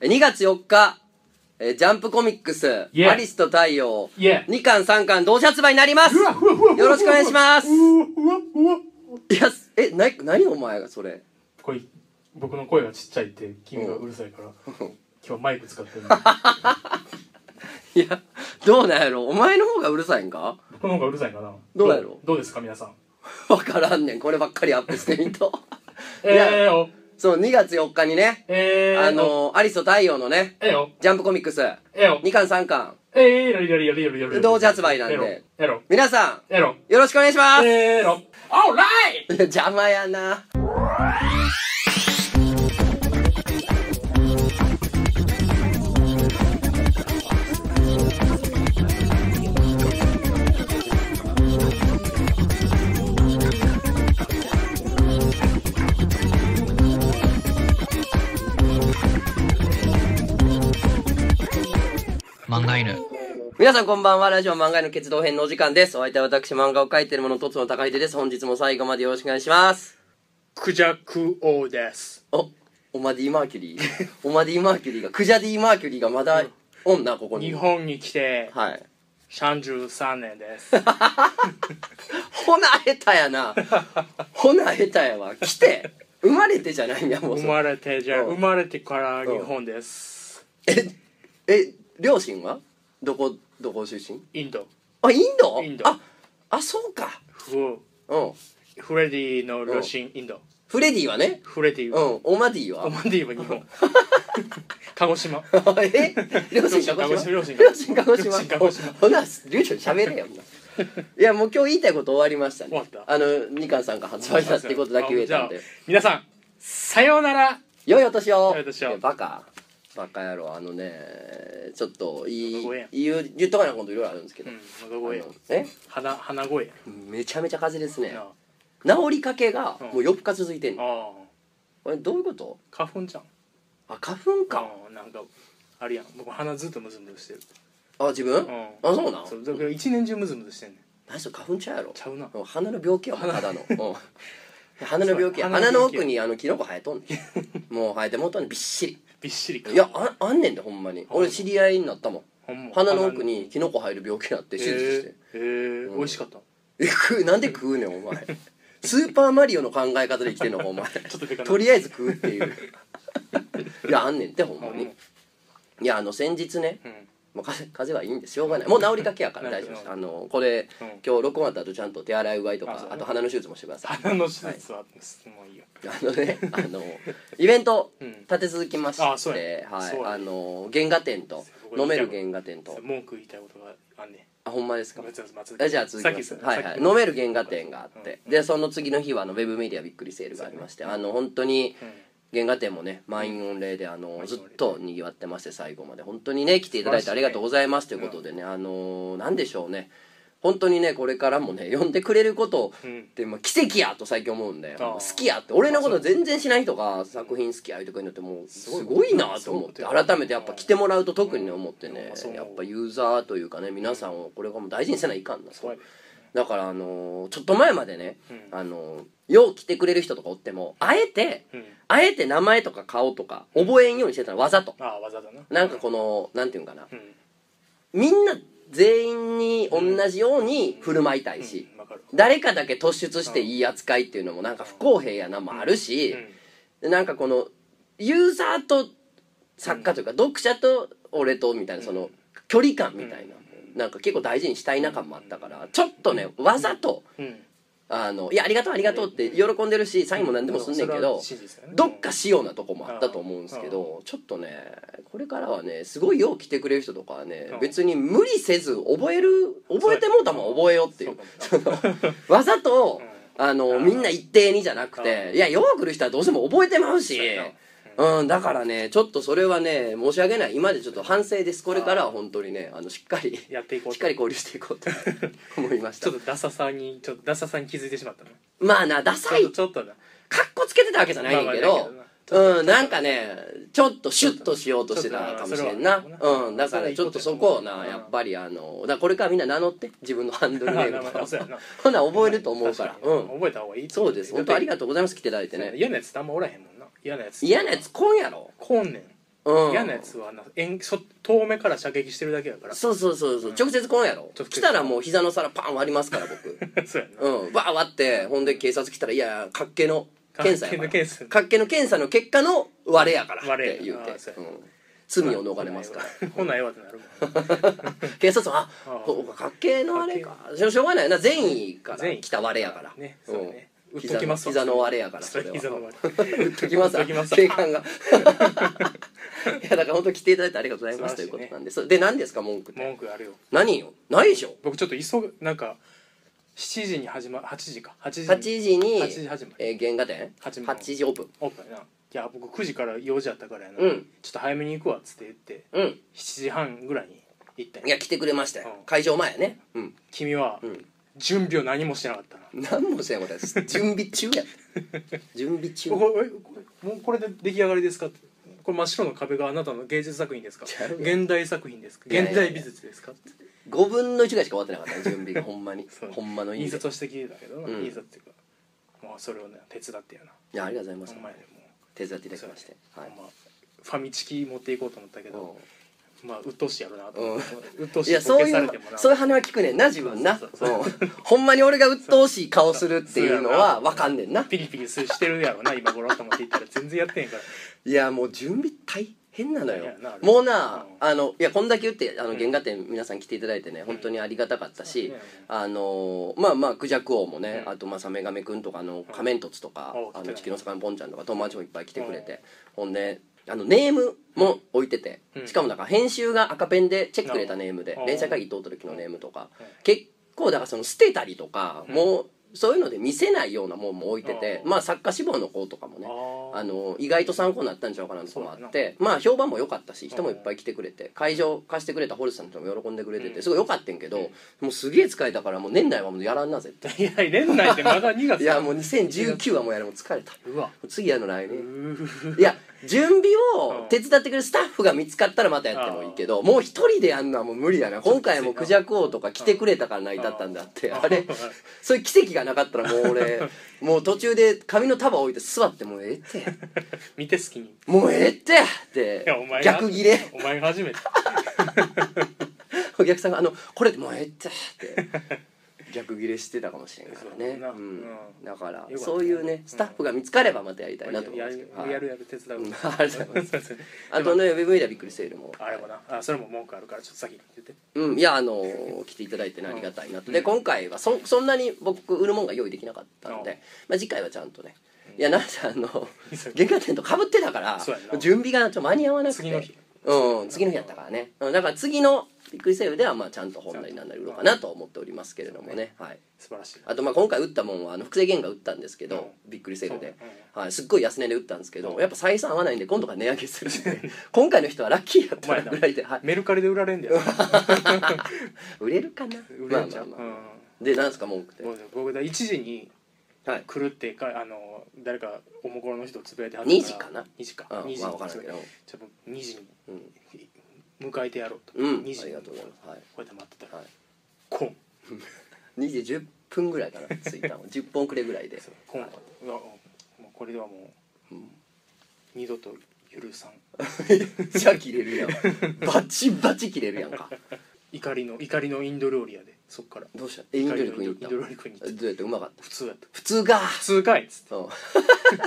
2月4日、えージャンプコミックス、 Yeah. アリスと太陽、 Yeah. 2巻3巻同時発売になりますよろしくお願いしますうわうわうわいや、すえ、な、何お前がそれ。これ僕の声がちっちゃいって君がうるさいから今日はマイク 使ってるのいや、どうなんやろお前の方がうるさいんか僕の方がうるさいかなどうやろうどうですか皆さんわからんねん。こればっかりアップしてみんと。いやええよそう、2月4日にね、ええよあのー、アリスと太陽のね、ええよジャンプコミックス、ええよ2巻3巻、ええよりよりよりよりより同時発売なんでええろ皆さええろん、よろしくお願いします、ええろオーライいや邪魔やな。漫画犬皆さんこんばんは。ラジオ漫画への決動編のお時間です。お相手は私、漫画を描いている者、とつの高秀です。本日も最後までよろしくお願いします。クジャク王ですお、オマディ・マーキュリ ー。オマディ・マーキュリーが、クジャディ・マーキュリーがまだ、おんな、ここに。日本に来てはい。 33年です ほな、下手やな。ほな、下手やわ。来て。生まれてじゃないんや、もう生それ。まれてじゃあうん生まれてから日本ですえ、え、両親はどこ、どこ出身インドあ、インドインドあ、あ、そうか。フうん。フレディの両親インドフレディはね。フレディうはん。オマディはオマディは日 本鹿児島え両親鹿児島両親両鹿児親鹿児島島両親鹿児島ほな流暢に喋れよほんな いやもう今日言いたいこと終わりましたね終わったあの2巻3巻発売だってことだけ言えたんあでじゃあ皆さんさようなら良いお年を良いお年をいやバカバカ野郎あのねちょっといい喉声やん言う言っとかないこといろいろあるんですけうど、ん喉声あのえ鼻鼻声めちゃめちゃ風邪ですねなあ治りかけがうんもう4日続いてんのあこれどういうことー花粉じゃんあ花粉かうんなんかあるやん僕鼻ずっとムズムズしてるあ自分うんあそうなんそうだから一年中ムズムズしてんねん何それ花粉ちゃうやろちゃうなうん鼻の病気やもんただのうん鼻の病気やそう鼻鼻のの病気や奥にあのキノコ生えとんねんもう生えてもうとんねんびっしびっしりりいやああんねんでほんまにほんま俺知り合いになったもんほんま鼻の奥にキノコ生える病気になって手術してへえうん美味しかったえ食うなんで食うねんお前スーパーマリオの考え方で生きてんのかお前 ちょっとでかなとりあえず食うっていう いやあんねんってほんまうにんいやあの先日ねうんもう風風邪はいいんですしょうがないもう治りかけやからな大るほ丈ど夫ですあのこれ、うん今日録音あった後ちゃんと手洗いうがいとあそかうあと鼻の手術もしてください鼻の手術はもういいよあのね、あの、イベントうん、立て続きまして、あそうやはそうい、やあの、原画展と、飲める原画展と、文句言いたいことがあんねんあ、ほんまですかごめんなさいまずえじゃあ続さっきまきすさはいはいさっ飲める原画展があって、でその次の日はあのウェブメディアびっくりセールがありまして、あの本当にきうん原画展もね満員御礼であのうんずっとにぎわってまして最後まで本当にね来ていただいてありがとうございますということでねあのーなんでしょうね本当にねこれからもね呼んでくれることって、まあ、奇跡やと最近思うんであー好きやって俺のこと全然知ない人が作品好きやいうとかになってもうすごいなと思ってすごい改めてやっぱ来てもらうと特にね思ってうんいねやそう思やうっぱユーザーというかね皆さんをこれからも大事にせないかんなそうやでだからあのーちょっと前までね、うんあのーよう来てくれる人とかおってもあえて、うんあえて名前とか顔とか覚えんようにしてたのわざとああわざだななんかこのなんていうんかなうんみんな全員に同じように振る舞いたいし、うんわかる誰かだけ突出していい扱いっていうのもなんか不公平やなもあるし、でなんかこのユーザーと作家というか、読者と俺とみたいなその距離感みたいな、なんか結構大事にしたいな感もあったからちょっとねわざと。うんうんあのいやありがとうありがとうって喜んでるしサインも何でもすんねんけど、それは真実だよねどっかしようなとこもあったと思うんですけど、ちょっとねこれからはねすごいよう来てくれる人とかはね、うん別に無理せず覚える覚えてもうたもん覚えようっていうそう そのわざと、あのうんみんな一定にじゃなくて、ういやよう来る人はどうしても覚えてまうしそうやな。うん、だからねちょっとそれはね申し訳ない今までちょっと反省ですこれからは本当にねあのしっかりやっていこうしっかり交流していこうと思いまし ちたょっとダサさにちょっとダサさに気づいてしまったなまあなダサいちょっとちょっとなかっこつけてたわけじゃないねんけまあまあどだけ、うん、なんかね、ちょっとシュッとしようとしてたかもしれんな。ちょっとうん、だからちょっとそこをな、やっぱりあの、だからこれからみんな名乗って、自分のハンドルネームとそうやなか。 ほな、覚えると思うから。確うにん。覚えた方がいいそうです。本当ありががとうございます。来ていただいてね。嫌なやつたんまおらへんもんな嫌なやつ嫌なやつ、こんやろ。こんねんうん嫌なやつはな遠そ遠目から射撃してるだけやから そそうそうそうそう、直接来んやろ直接来たらもう膝の皿パン割りますから僕 うやなうんバー割ってほんで警察来たらいやかっけの検査やからかっけの検査かっけの検査の結果の割れやからっ割れやて言うてあーそうやうん罪を逃れますかららほんなええわってなるもん警察はああーそうかかっけのあれかしょしょうがないな善意から善意来た割れやからねうんそうね打っと膝きのますわ膝の割れやからそれ膝の割 れ言っときます 言っときます警官がいやだから本当来ていただいてありがとうございますということなんで、そうで何ですか文句って文句あるよ何よないでしょ僕ちょっと急ぐなんか7時に始ま8時か8時に8時に8時始まりえー原画展8時時オープンオープンやないや僕9時から用事あったからやな、うんちょっと早めに行くわっつって言ってうん7時半ぐらいに行ったんいやや来てくれましたよ、うん会場前やねうん君はうん準備を何もしてなかったな、何もせんこれ準備中や準備中これえこれもうこれで出来上がりですかってこれ真っ白の壁があなたの芸術作品ですかちゃうやん現代作品ですかいやいや現代美術ですかって5分の1ぐらいしか終わってなかったね準備がほんまに そうほんまの意印味で刷をしてきてたけどな、うん印刷っていうかまあそれをね手伝ってやないやありがとうござほいんまますやねもう手伝っていただきまして、そうはやいねほんまファミチキ持っていこうと思ったけうどまあ鬱陶しいやろなと思って鬱陶んしいいやそういボうケされてもなそういう鼻は聞くねんな自分なそうそうそううんほんまに俺が鬱陶しい顔するっていうのはそう分かんねんなピリピリするしてるやろな今頃と思って言ったら全然やってへんからいやもう準備大変なのよ大変やなあれもうな、うんあのいやこんだけ言ってあのうん原画展皆さん来ていただいてね、本当にありがたかったし、そうねあのーまあまあクジャク王もね、うんあとまあサメガメくんとかあの仮面凸とか、おあの来てた地球の魚ポンちゃんとか友達もいっぱい来てくれて、ほんであのネームも置いてて、うんしかもなんか編集が赤ペンでチェックくれたネームなでるほど連載会議通った時のネームとか、うん結構だからその捨てたりとか、うんもうそういうので見せないようなもんも置いてて、うんまあ作家志望の子とかもねああのの意外と参考になったんちゃうかなとかもあってまあ評判も良かったし人もいっぱい来てくれて会場貸してくれたホルスさんとも喜んでくれてうんてすごい良かったんけどうんもうすげえ使えたからもう年内はもうやらんなぜっていや年内でまだ2月いやもう2019はもうやるもう疲れたもうわう次やるの来う年ーいや準備うをん手伝ってくれるスタッフが見つかったらまたやってもいいけどもう一人でやんのはもう無理やな今回もクジャク王とか来てくれたから成り立ったんだってあれそういう奇跡がなかったらもう俺もう途中で紙の束置いて座ってもうええって見て好きにいもうええってってやお前が逆ギレ お前が初めてお客さんが「あのこれもうええって」 って逆ギレしてたかもしれんからねそうだなううん、んだからたねそういうねスタッフが見つかればまたやりたいなと思いやますけるどはいやるやる手伝ううんありがとうございますすあとねウェブメディアびっくりセールも あれもなあそれも文句あるからちょっと先に言ってうんいやあのー来ていただいてねありがたいなとで今回はそそんなに僕売るもんが用意できなかったのうんで、まあ、次回はちゃんとねいやなんせあ の急ぐ原価店とかぶってたからそうやな準備がちょっと間に合わなくて次の日うん次の日やったからねうんだから次のビックリセールではまあちゃんと本なりなんなり売ろうかなと思っておりますけれどもねはい素晴らしいあとまあ今回打ったもんはあの複製原価打ったんですけど、びっくりセールで、はい、すっごい安値で打ったんですけど、うんやっぱ採算合わないんで今度から値上げするんで今回の人はラッキーやった なぐらいで、はい、メルカリで売られんだ よ売れるかな売れんじゃんまあまあまあ、でなんですか文句ってうん僕だ1時にはい来るってかあの誰かおもころの人つぶやいては二時かな2時かうん2時まあ分からんけどちょっと2時うんに迎えてやろうとうん2時ありがとうございますはいこうやって待ってたはらコンい2時10分ぐらいから着いたの 10本くれぐらいで コンはうわもうこれではもう二度と許さんいじゃあ切れるやんバチバチ切れるやんか怒りの怒りのインド料理やでそっからどうしたエインドリ君に行ったインド料理食いに行ったどうやってうまかった普通やった普通が普通かいっつってうん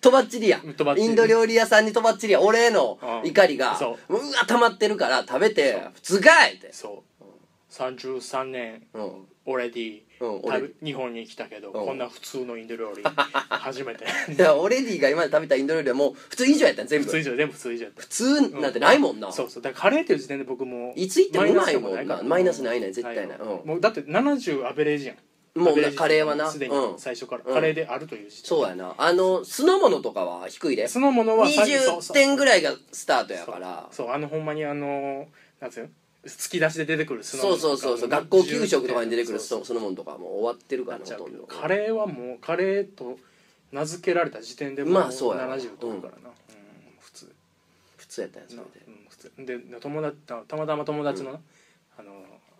とばっちりやうんとばっちイりンド料理屋さんにとばっちりや俺へのうん怒りがそうわ溜まってるから食べてそう普通かいってそう33年うん俺でうん俺日本に来たけどうんこんな普通のインド料理初めて いやオレディが今まで食べたインド料理はもう普通以上やったん全普部通以上全部普通以上やった普通なんてないもんな、そうそうだからカレーっていう時点で僕もいつ行ってもうまいもんなマイナスでからマイナスないない絶対ないはうんもうだって70アベレージやんもうなアベレージカレーはなすでにうん最初から、うんカレーであるという時点そうやなあの酢の物とかは低いでそのものは最初そうそ20う点ぐらいがスタートやからそうそうあのほんまにあのなんつうの突き出しで出てくるスノーそマうンそうそうそうとか学校給食とかに出てくるそうそうそそのものとかはもう終わってるからなっねちゃうほとけんどどカレーはもうカレーと名付けられた時点でもまあそうやな70とるからな、うん普通普通やったんやそれなでうん、普通で友達たたまたま友達のな、あの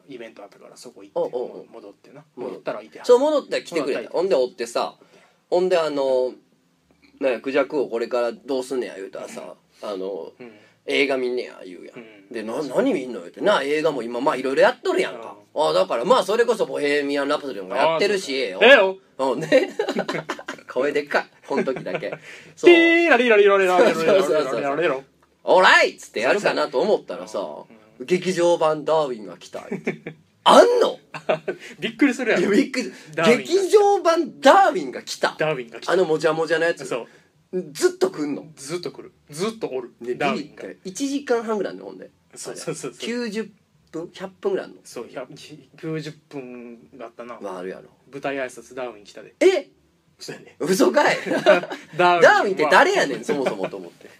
イベントあったからそこ行っておうおう戻ってな戻っ戻ったらいてはるそう戻って来てく戻れったたほんで追ってさほんであのなんやクジャクをこれからどうすんねや言うたらさあのうん映画見んねや言うやん、うんでな何見んのよってな映画も今まあいろいろやっとるやんか、あだからまあそれこそ「ボヘミアン・ラプソディ」もやってるしええよええようんね 声でっかいこの時 だけそテうィーラリラリラリラリラリラリラそうそうそうそうリラリラ「オーライ!」っつってやるかなと思ったらさ「劇場版ダーウィンが来た」ってあんのびっくりするやいやんびっくり ダーウィンが来た劇場版ダーウィンが来たダーウィンが来あたのもじゃもじゃのやつそうずっと来んのずっと来るずっとおるでビダーウビィっンたがら1時間半ぐらいあんのほんでそうそうそうそう90分100分ぐらいあんのそう100 90分だったなまああるやろ舞台挨拶ダーウィン来たでえそうやね嘘かいダダーウィンって誰やねんそもそもと思って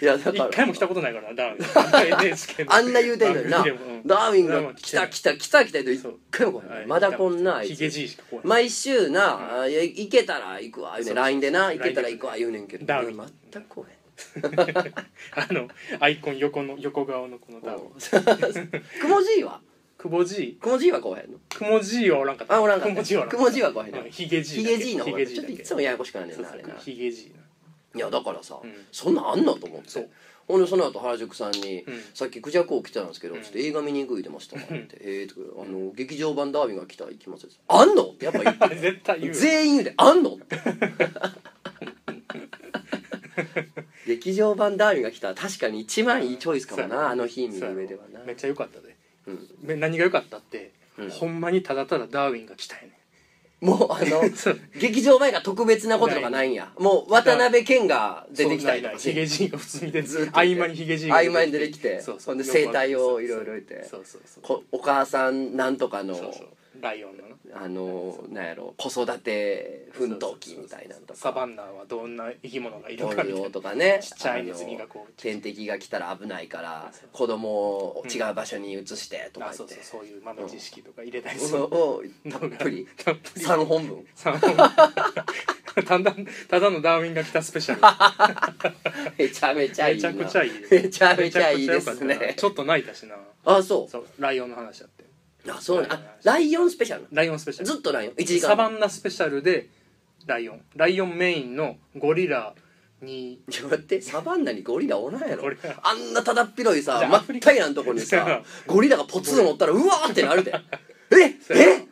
いやだから一回も来たことないからなダーウィン NHK のあんな言うてんのにな番組でもうんダーウィンダーウィがン来た来た来た来たと一回も来はないいまだこんなあいヒゲつじいしか来ない毎週なあいや行けたら行くわ言うねそう LINE でな行けたら LINE 行くわ言うねんけどダーウィン全く来へん あのアイコン横の横顔のこのダーウィンくもじいはくぼじ くもじいは来へんのいくもじいはおらんかったあおらんかくもじいはおらんくもじいは来へんのうんヒゲじヒいゲじいの方ヒがゲちょっといだけつもややこしくなるねんそうなあそうれないヒゲじいやだからさうんそんなんあんのと思っそてうほんでその後原宿さんにうん「さっきクジャク王来てたんですけどうんちょっと映画見に行く言うてました」って「ええ」とか「あの劇場版ダーウィンが来たら行きます」あんの?」ってやっぱ言ってあれ 絶対言う全員言うで「あんの?」って劇場版ダーウィンが来たら確かに一番いいチョイスかもそうやなあの日見る上ではなめっちゃ良かったでうんめ何が良かったってうんほんまにただただダーウィンが来たやねもうあのそう劇場前が特別なこととかないんやもう渡辺謙が出てきたりとかヒゲじいが普通に出てずっと合間にヒゲじい合間に出てきてそうそほうんで整体をいろいろ言ってそうそうそうこお母さんなんとかのそうそうライオンのなあのなんやろ子育て奮闘記みたいなのとサバかンナはどんな生き物がいるポかみたリいなオとかねちっちゃいネズミがこうあの天敵が来たら危ないからそう子供を違う場所に移してとかあ言そっうてそうそういう豆知識とか入れたりすそるうをのたがっぷり たっぷり3本分三本ただただのダーウィンが来たス ペシャめちゃめちゃルいめいちなゃくちゃいいめちゃめちゃいいでめちゃすくちゃ良かったなねちょっと泣いたしなあそうそうライオンの話だってあそうねあライオンスペシャルなライオンスペシャルずっとライオン1時間サバンナスペシャルでライオンライオンメインのゴリラにちょっと待ってサバンナにゴリラおらんやろゴリラあんなただっ広いさじゃあ真っ平らなとこにじゃあさゴリラがポツン乗ったらうわーってなるでええ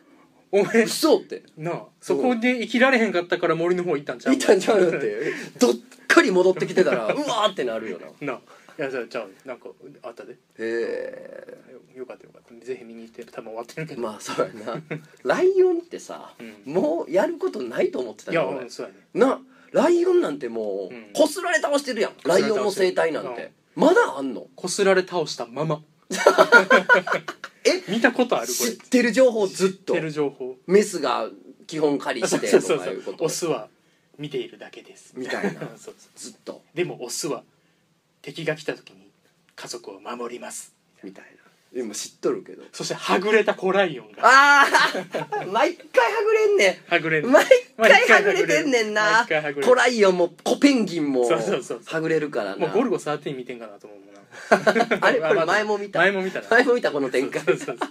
お前嘘ってなあそこで生きられへんかったから森の方行ったんちゃういたんちゃうよってどっかり戻ってきてたらうわーってなるよなへ なあいやじゃあじゃあなんかあったでえよよかったよかったぜひ見に行って多分終わってるけど、まあそうやなライオンってさ、うんもうやることないと思ってたいよや俺うんそうやねなライオンなんてもうんうこすられ倒してるやんライオンの生態なんてまだあんのこすられ倒したままえ見たことあるこ知れってる情報ずっ知っとてる情報メスが基本狩りそうしてそうそとうかいうそこうとオをスは見ているだけですみたいな そうそうずっとでもオスは敵が来た時に家族を守りますみたいな今知っとるけどそしてはぐれた子ライオンがああ 毎回はぐれんねはぐれるん毎回はぐれてんねんな毎回はぐれるコライオンもコペンギンもそうそうそうはぐれるからもなうゴルゴ13見てんかなと思うもんな あれこれ前も見た前も見たな前も見たこの展開そうそう そう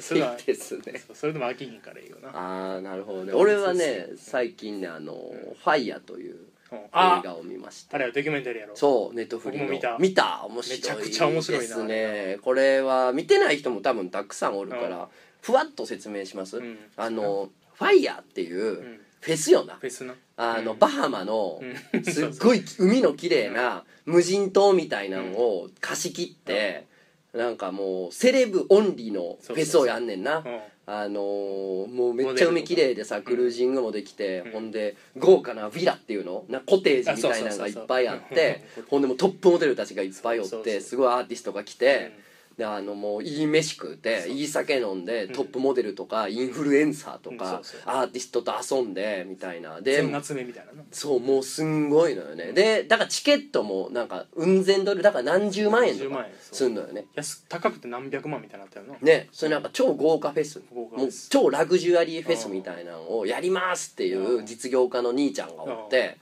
そいれはいですねそうそれでも飽きひんからいいよなああなるほどね俺はね最近ねあの「ファイヤーといううん映あ画を見ましたあれはドキュメンタリーやろそうネットフリ僕も見ーたの見た面白いめちゃくちゃ面白いなですねこれは見てない人も多分たくさんおるから、うんふわっと説明します、うんあの、ファイヤーっていううんフェスよな、フェスなあのうんバハマのうんすっごい海の綺麗な無人島みたいなのを貸し切ってなんかもうセレブオンリーのフェスをやんねんなうんあのーもうめっちゃ海綺麗でさクルージングもできて、ほんで豪華なヴィラっていうのなコテージみたいなのがいっぱいあってあそうそうそうそうほんでもうトップモデルたちがいっぱいおってそうそうそうすごいアーティストが来て、であのもういい飯食うていい酒飲んで、んトップモデルとかインフルエンサーとうんそかう、そうアーティストと遊んでみたいなで全夏目みたいななそうもうすんごいのよねでだからチケットもなんかうん千ドルだから何十万円と10万か円そうすんのよね安高くて何百万みたいなのあったよなねそれなんか超豪華フェス豪華フもェうス超ラグジュアリーフェスみたいなのをやりますっていううん実業家の兄ちゃんがおって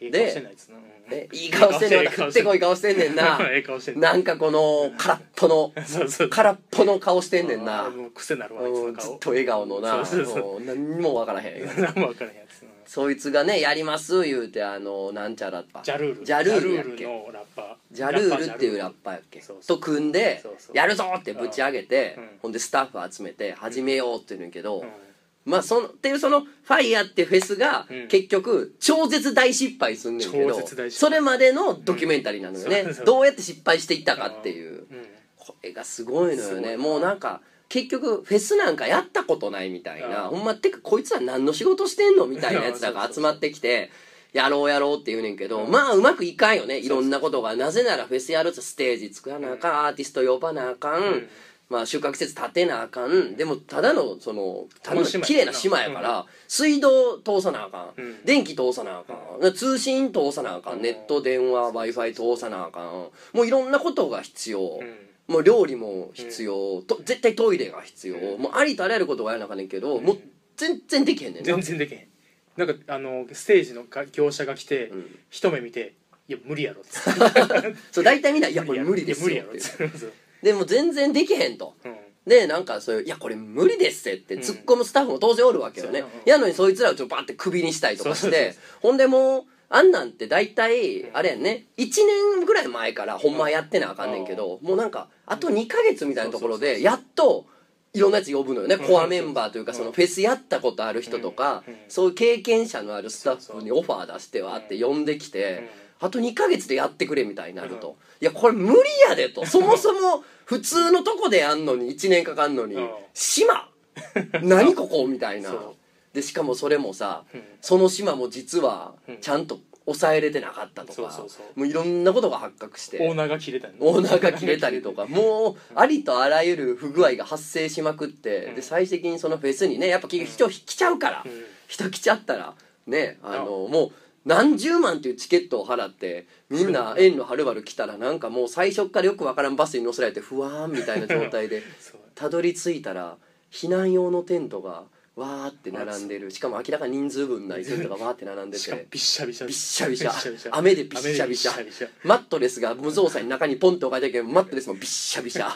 ええ顔してないですなうんでいい顔してんねんいいま顔た食ってしてるこい顔してんねんな ええ顔してるなんかこの空っぽのそうそう空っぽの顔してんねんなあーもう癖なるわあいつうのんずっ顔と笑顔のなそうそうそうもう何にも分からへん 何も分からへんやつうんそいつがねやります言うてあのなんちゃらっジャルールジャルールやっけジャルールのラッパージャルールっていうラッパーやっけそうそうと組んでそうそうやるぞってぶち上げてうんほんでスタッフ集めて始めようって言うんやけどうんまあそのっていうそのファイヤーってフェスがうん結局超絶大失敗すんねんけ超ど絶大失そ敗れまでのドキュメンタリーなのよねうんそうそうどうやって失敗していったかっていううんこれがすごいのよすごねいなもうなんか結局フェスなんかやったことないみたいなうんほんまてかこいつは何の仕事してんのみたいなやつらそうそうがそう集まってきてやろうやろうって言うねんけどうんまあうまくいかんよねそういそろうんなことがなぜならフェスやるとステージ作らなあかんアーティスト呼ばなあかうんんまあ収穫施設建てなあかんでもただのそのただのこの島や綺麗な島やから水道通さなあかうんん電気通さなあかん通信通さなあかうんんネット電話 w i f i 通さなあかんもういろんなことが必要、うんもう料理も必要、と絶対トイレが必要、うんもうありとあらゆることがやらなあかんねんけど、うんもう全然できへんねんな全然できへんなんかあのステージのか業者が来て、うん一目見て「いや無理やろ」っつってそう大体みんな「「いやこれ無理ですよ」いやっ無て理やろっつって」でも全然できへんとうんでなんかそういう「いやこれ無理ですって」ってうん突っ込むスタッフも当然おるわけよね、そうやなうんやのにそいつらをちょっとバーってクビにしたりとかしてそうそうそうほんでもうあんなんって大う体んあれやんね1年ぐらい前からほんまはやってなあかんねんけど、もうなんかあと2ヶ月みたいなところそうそうそうでそうやっといろんなやつ呼ぶのよね、うんコアメンバーというかうんそのフェスやったことある人とか、うんうんそういう経験者のあるスタッフにオファー出してはって呼んできて。あと2ヶ月でやってくれみたいになると、うんいやこれ無理やで とそもそも普通のとこでやんのに1年かかんのに、うん 島何ここみたいなそうでしかもそれもさうんその島も実はうんちゃんと抑えれてなかったとか、そうそうそうもういろんなことが発覚しオーてナーが切れたのオーナーが切れたりと かもうありとあらゆる不具合が発生しまくって、うんで最終的にそのフェスにねやっぱ結局人来ちゃうから。うん人来ちゃったらねあのもう何十万というチケットを払ってみんな遠路はるばる来たらなんかもう最初からよくわからんバスに乗せられて不安みたいな状態 でそうたどり着いたら避難用のテントがわーって並んでるしかも明らかに人数分ないテントがわーって並んで しかもてびっしゃびしゃびっしゃびしゃびっしゃびしゃ雨でびっしゃびしゃ雨でびっしゃびしマットレスが無造作に中にポンと置かれてるけどマットレスもびっしゃびし ゃ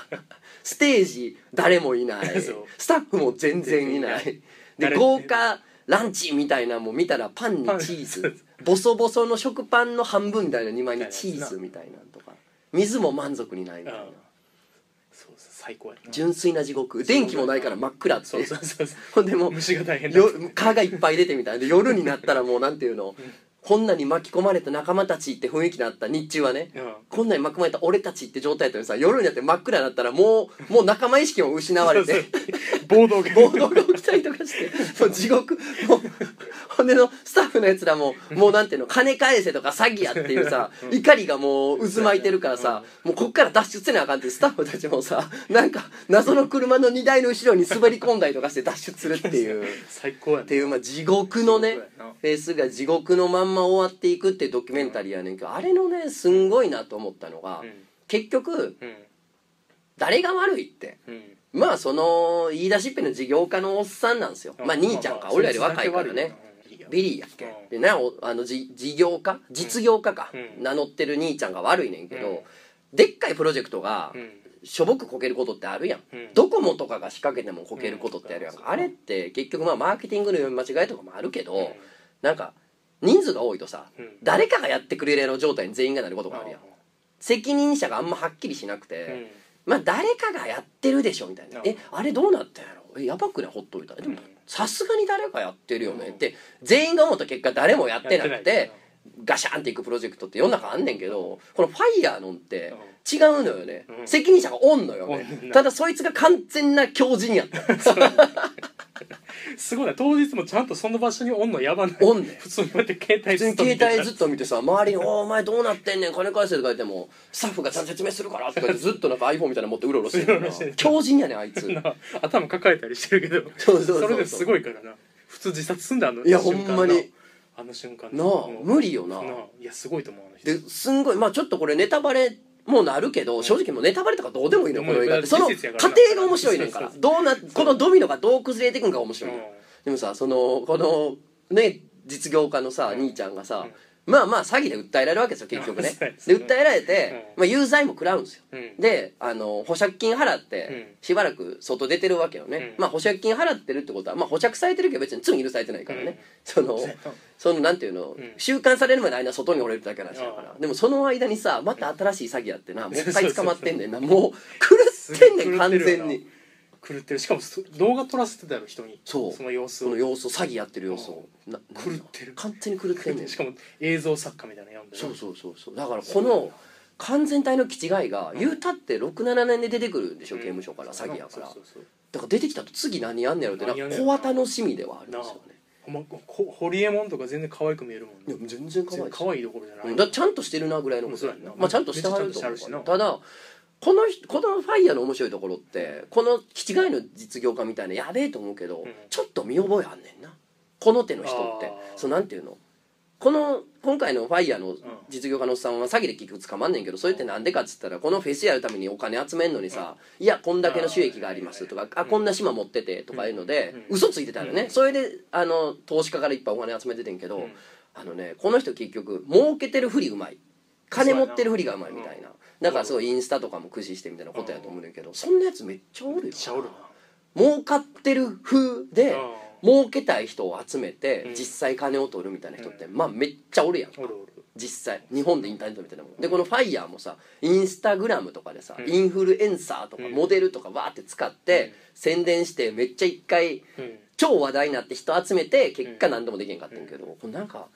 ステージ誰もいないそうスタッフも全然いない全然いで誰豪華ランチみたいなのも見たらパンにチーパンズボソボソの食パンの半分みたいな2枚にみたチいなやつなーズみたいなんとか水も満足にないみうたいなんそうそう最高やな純粋な地獄電気もないから真っ暗ってそいううそうそうそうほん でも う虫が大変だよ蚊がいっぱい出てみたいで夜になったらもうなんていうの、こんなに巻き込まれた仲間たちって雰囲気だった日中はね、うんこんなに巻き込まれた俺たちって状態だったのにさ夜になって真っ暗になったらもうもう仲間意識も失われてそうそう暴動が暴動が起きたりとかしてもう地獄もうほんでのスタッフのやつらももうなんていうの金返せとか詐欺やっていうさ怒りがもう渦巻いてるからさもうこっから脱出せなあかんってスタッフたちもさなんか謎の車の荷台の後ろに滑り込んだりとかして脱出するっていう。最高やっなていう、まあ、地獄のね地獄やなフェスが地獄のまんま終わっていくってドキュメンタリーやねんけどあれのねすんごいなと思ったのが、うん結局うん誰が悪いってうんまあその言い出しっぺの事業家のおっさんなんですよ、まあ兄ちゃんか、俺らより若いからねビリリーやっけ、うんでなおあのじ事業家実業家か、うん名乗ってる兄ちゃんが悪いねんけど、うんでっかいプロジェクトがうんしょぼくこけることってあるやん、うんドコモとかが仕掛けてもこけることってあるやん、うんあれって結局まあマーケティングの読み間違いとかもあるけど、うんなんか人数が多いとさ、うん誰かがやってくれるような状態に全員がなることがあるやん責任者があんまはっきりしなくて、うんまあ誰かがやってるでしょみたいな「うんえあれどうなったんやろえやばくないほっといたら」でもうんさすがに誰かやってるよね」うんって全員が思った結果誰もやってなやくっててないかガシャンっていくプロジェクトって世の中あんねんけどこの「ファイヤーのんって違うのよね、うん責任者がおんのよおんねなただそいつが完全な狂人やった すごいな当日もちゃんとその場所におんのやばないおんねん普通にこうやって携帯普通に携帯ずっと見てさ周りに「おーお前どうなってんねん金返せ」とか言ってもスタッフがちゃんと説明するからとか言ってずっとなんか iPhone みたいなの持ってうろうろしてる うかろうらろしてる狂人やねんあいつな頭抱えたりしてるけどそうそうそうそうれですごいからな普通自殺すんだあのいや瞬間ないほんまにあの瞬間なあ無理よななあいやすごいと思うあの人ですんごいまあちょっとこれネタバレもなるけど、正直もうネタバレとかどうでもいいのよこの映画ってそのもう過事実程やからなが面白いねんからそうどうなこのドミノがどう崩れていくんか面う白いんのよでもさそのこのね実業家のさ兄ちゃんがさ、まあまあ詐欺で訴えられるわけですよ結局ねそうですでね訴えられて、まあ、有罪も食らうんですようんであの保釈金払っうてんしばらく外出てるわけよね、うんまあ保釈金払ってるってことは、まあ、保釈されてるけど別に罪許されてないからね、うんそのそのなんていうの、ん収監されるまでの間外におれるだけなんですからあでもその間にさまた新しい詐欺やってなもう一回捕まってんねんなもうす狂ってんげえねん狂っ完てるよ全なに狂ってるしかもそ動画撮らせてたよ人にそうの様子そをの様子を詐欺やってる様子をな狂ってる完全に狂っ てんねんしかも映像作家みたいなの読んでそううそうそうそうだからこの完全体の気違いが言うたって67年で出てくるんでしょ刑務所から詐欺やからそうそうそうだから出てきたと次何やんねやろってな何やんねやろ怖楽しみではあるんですよねほんまこホリエモンとか全然可愛く見えるもんいやねもう全然可愛い全然し可愛いどころじゃない、うんだからちゃんとしてるなぐらいのことやんな、うんまあ、ちゃんとしてはるとめっちゃちゃんとして思はうるしたなだこの人このファイヤーの面白いところってこの気違いの実業家みたいなやべえと思うけど、んちょっと見覚えあんねんなこの手の人っあてーそうなんていうのこの今回のファイヤーの実業家のおっさんは詐欺で結局捕まんねんけどそれってなんでかっつったらこのフェスやるためにお金集めんのにさ「いやこんだけの収益があります」とか「あこんな島持ってて」とかいうのでうん嘘ついてたのねうんそれであの投資家からいっぱいお金集めててんけど、うんあのねこの人結局儲けてるふりうまい金持ってるふりがうまいみたいなだからすごいインスタとかも駆使してみたいなことやと思うねんけどそんなやつめっちゃおるよめっちゃおるな儲かってる風でうん儲けたい人を集めてうん実際金を取るみたいな人ってまあめっちゃおるやんおるおる実際日本でインターネットみたいなもんでこのファイヤーもさインスタグラムとかでさ、うんインフルエンサーとかうんモデルとかわーって使って、うん宣伝してめっちゃ一回うん超話題になって人集めて結果うん何でもできへんかったんやけど、これなんか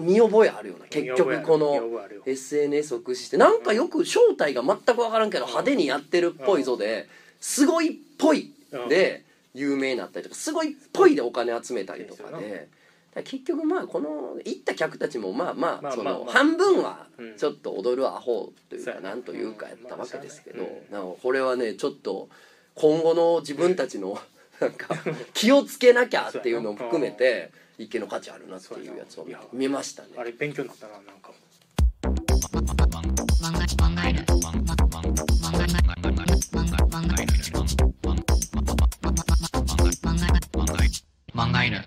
見覚えあるよな結局こ見覚えのあるよ SNS を駆使してなんかよく正体が全く分からんけど派手にやってるっぽいぞですごいっぽいで有名になったりとかすごいっぽいでお金集めたりとかそうですで。だよから結局まあこの行った客たちもまあままああそまあのまあ半分はうんちょっと踊るアホというそうかやなんというかやったわけですけどうんまあしゃなんかこれはねちょっと今後の自分たちの なんか気をつけなきゃっていうのも含めて一見の価値あるなっていうやつをそうやな見ましたねあれ勉強になったななんか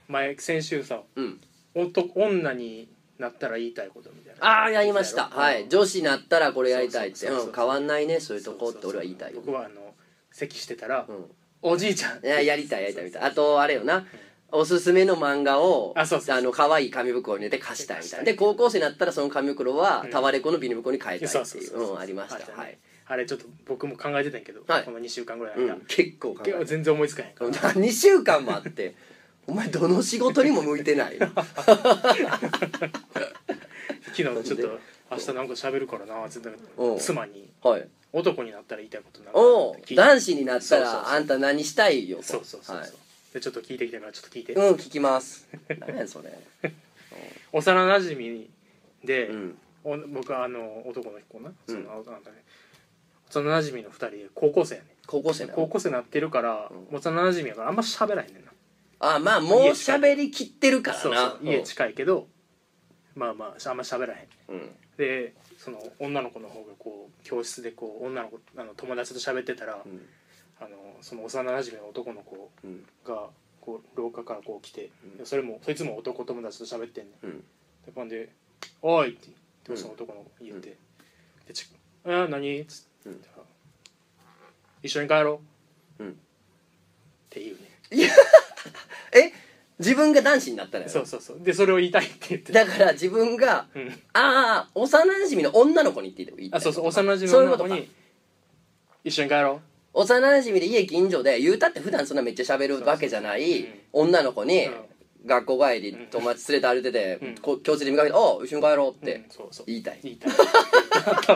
前先週さうん男女になったら言いたいことみたいなああやりましたはい女子になったらこれやりたいってそうそうそうそううん変わんないねそういうとこって俺は言いたいよ僕はあの咳してたら、うんおじいちゃんいややりたいやりたいみたいあとあれよなおすすめの漫画をあそうそうそうの可愛い紙袋に入れて貸したいみたいなで高校生になったらその紙袋はうんタワレコのビニ袋に変えたいそうってそういそううそううんありましたあ,、はい、あれちょっと僕も考えてたんやけど、はいこの2週間ぐらいのう間、ん、結構考え結構た全然思いつかへんから2週間もあって お前どの仕事にも向いて ないな昨日ちょっと明日なんか喋るからなつってうん妻にはい男になったら言いたいことなんかおう聞いて男子になったそうそうらそうあんた何したいよとそうそうそうそう、はいでちょっと聞いてきたからちょっと聞いて、うん聞きます何やそれ幼馴染で、うんお僕はあの男の子なその、うんあなんかね幼馴染の2人で高校生やね高校生な高の校生なってるから、うん幼馴染やからあんま喋らへんねんなあまあもう喋りきってるからなそうそううん家近いけどまあまああんま喋らへんうんでその女の子の方がこう教室でこう女の子あの友達と喋ってたら、うんあのその幼馴染の男の子うんがこう廊下からこう来て、うんそれもそいつも男友達と喋ってんねんうんでほんで「おい!」ってうん言ってその男の子言って「でちえー、何?」っつっうて、ん一緒に帰ろう」うんって言うねえ自分が男子になったのよそうそうそうでそれを言いたいって言ってだから自分がうんああ幼馴染の女の子に言っていいあそうそう幼馴染そういうのこと子かに「一緒に帰ろう」幼馴染で家近所で言うたって普段そんなめっちゃ喋るわけじゃない女の子にうん学校帰りうん友達連れて歩いてて、うんこ教室で見かけて「ああ一緒に帰ろう」っうてんそうそう言いたい、言いたい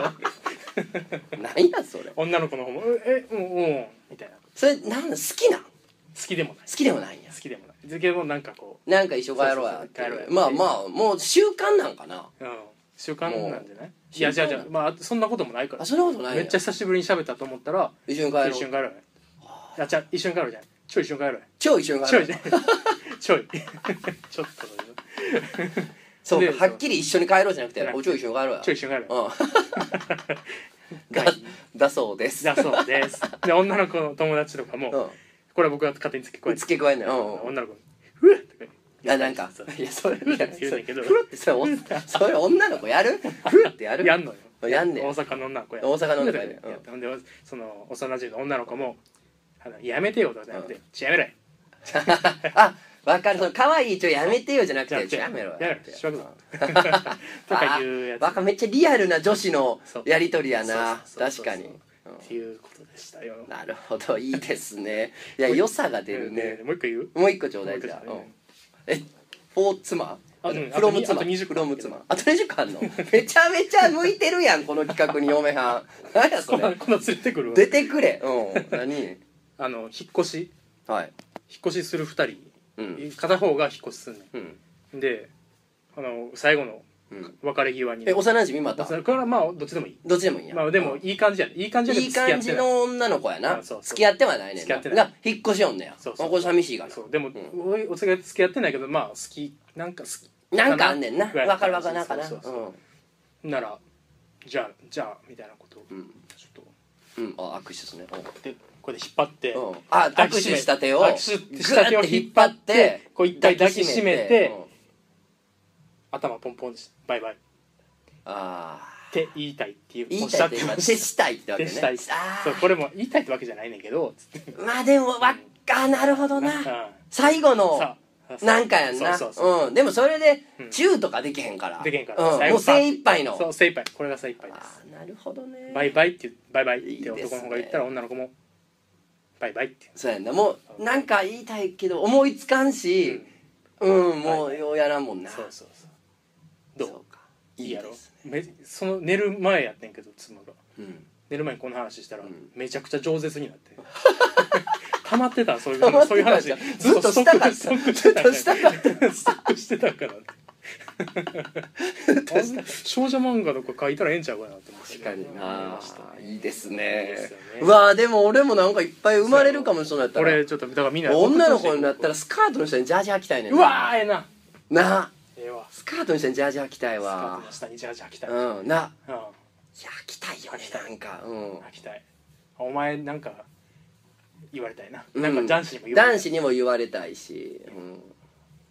なんやそれ女の子の方も「ええうんうん」みたいな好それなんだ好きなん好きでもないきでもないんや好きでもないだけどなんかこなんか一緒帰ろうやってそうそうそう帰ろうやまあまあもう習慣なんかなう、うん、習慣なんじゃないい習や慣じゃあじゃあまあそんなこともないからあそんなことないんめやっちゃ久しぶりに喋ったと思ったら一緒に帰一ろ緒に帰うろうよあじゃあ一緒に帰ろうじゃんちょい一緒に帰ろうよ超一緒に帰ちょろいう じゃんちょいちょっとそうでかはっきり一緒に帰ろうじゃなくてじゃな「くおてちょい一緒に帰ろうや」ちょい一緒に帰ろうようんだだそうですだそうですで女の子の友達とかも、うんこれは僕が勝手に付け加えて付け加えんのようんうん女の子に「うわっ!」とかあなんかそういやそれフルって言うねんけどフルってそれおそれ女の子やるフルってやるやんのよやんねん大阪の女の子や大阪の女の子やね やうんってほんでその幼馴染の女の子も「あのやめてよ」とかじゃなくて「ちょやめろよあわかるその可愛いちょやめてよじゃなくじゃあてちょやめろよやめろしばくぞ」とあかいうやつわかめっちゃリアルな女子のそうやりとりやなそう確そうそうそうかにうんっていうことでしたよなるほどいいですねいや良さが出るねでもう一回言うもう一個ちょうだいじゃあ、もう一個ちょうだいうんえフォー妻あうんフロムあと妻あと20フロム妻あと20個あんの めちゃめちゃ向いてるやんこの企画に嫁はん 何やそこのれこの連れてくるわ出てくれ うん何あの引っ越しはい引っ越しする二人、うん片方が引っ越しすんねうんんであの最後のうん別れ際にえ幼馴染またそれからまあどっちでもいいどっちでもいいやまあでもいい感じやねいい感じやいけいど付き合感っじてないの女の子やなあそうそう付き合ってはないねん付き合ってなないが引っ越しよんねやそうそうあこれ寂しいがなそうでも、んおいお互い付き合ってないけどまあ好きなんか好きなんかあんねんなぐらいわかるわかるなんかなそうそううそんうならじゃあじゃあみたいなことをちょんっうんあ握手ですねうんとでこれで引っ張って、うんあ握手した手を握手した手をぐーって引っ張ってこう一回抱きしめてうん頭ポンポンしてバイバイっああて言いたいっていう言おいったしゃいっってていうかま手ししたいってたわけねしたいあそうこれも言いたいってわけじゃないねんけどつってーまあでもわっかなるほどなうん最後さのあさあなんかやんなそうそうそううんでもそれでうんチューとかできへんからできへんからうん最も後う精一杯そのう精一杯これが精一杯であすーなるほどねバイバイって言うバイバイいいっでてすね男の方が言ったら女の子もバイバイってそうやんなもうなんか言いたいけど思いつかんしうん、もうようやらんもんなそうそうそうどそううかいいやろですめその寝る前やってんけど妻がうん寝る前にこの話したらんめちゃくちゃ饒舌になって溜まってたそういう黙ってそういうた話じゃんずっとしたかったずストっックとしたかったストックしてたからあんな少女漫画とか書いたらええんちゃうかなって思って確かに思いなましたねいいですいいねですよねうわーでも俺もなんかいっぱい生まれるかもしれないったこられちょっとだからみんな女の子になったらスカートの下にジャージ履きたいねんうなわーええななあええわスカートの下にジャージ履きたいスカーわトの下にジャージ履きたい、うん、うんない履や履きたいよねなんかうんきたいお前なんか言われたいな、うんなんか男子にも言われたい男子にも言われたいしうん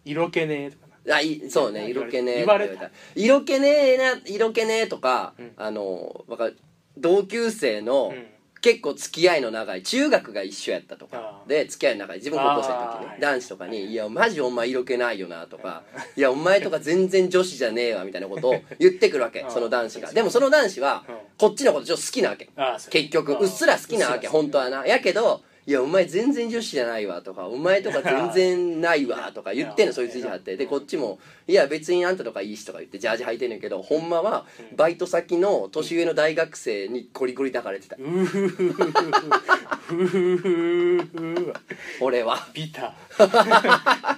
色気ねえとかなあいそうね言わ色れ気ねえ言われたって言われた色気ねえな色気ねえとか、うんあのわかる同級生の、うん結構付き合いの長い中学が一緒やったとかあーで付き合いの長い自分高校生の時あーはねい男子とかに「いやマジお前色気ないよな」とか「 いやお前とか全然女子じゃねえわ」みたいなことを言ってくるわけあーその男子がでもその男子はうんこっちのことちょっと好きなわけああそう結局ああうっすら好きなわけうっすら好きな本当はなやけど「いやお前全然女子じゃないわ」とか「お前とか全然ないわ」とか言ってんのあーそいつ意地張ってでこっちも「いや別にあんたとかいいし」とか言ってジャージ履いてんねんけどほんまはうんバイト先の年上の大学生にゴリゴリ抱かれてたうーふふふふふふふふ俺は。ビタ ー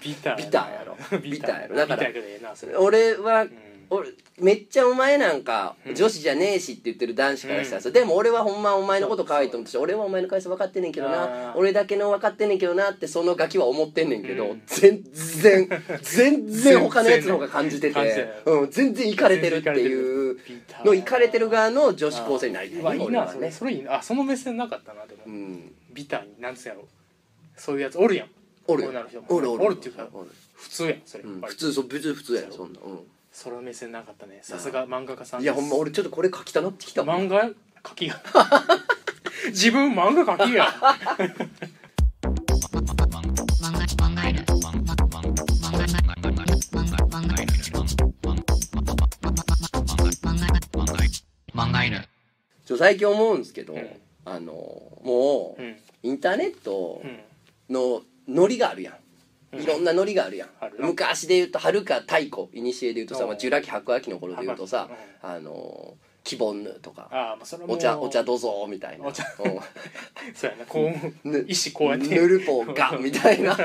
ビタービターやろビタービターややろろだからビターやけどええなそれ俺は、ん俺めっちゃお前なんかうん女子じゃねえしって言ってる男子からしたらさ、うでも俺はほんまお前のこと可愛いと思ってし俺はお前の会社分かってんねんけどなあー俺だけの分かってんねんけどなってそのガキは思ってんねんけど、うん全 然全然他のやつの方が感じてて全然ねうん、全然イかれてるっていう全然イカれてるビターやなのイかれてる側の女子高生になりたいあーうわいい俺なはそれねそれいいなあその目線なかったなでもうんビターになんつうんやろそういうやつおるやんおる女の人もおるおるおるっていうかおる普通やんそれ、うんやっぱり普通そう別に普通やろそんな、うその目線なかったねさすが漫画家さんん、でいやすほんま俺ちょっとこれ書きたなってきたもん漫画描き や自分漫画描きやちょ最近思うんですけど、うんあのもう、うんインターネットうんのノリがあるやん、いろんなノリがあるやんあるな昔で言うとはるか太古いにしえで言うとさ、おうまあ、ジュラ紀白亜紀の頃で言うとさ白亜紀「あのキボンヌ」とかああまあそれ「もお茶お茶どうぞ」みたいなお茶 うんそうやなこうぬ意思こうやってぬるぽがみた いな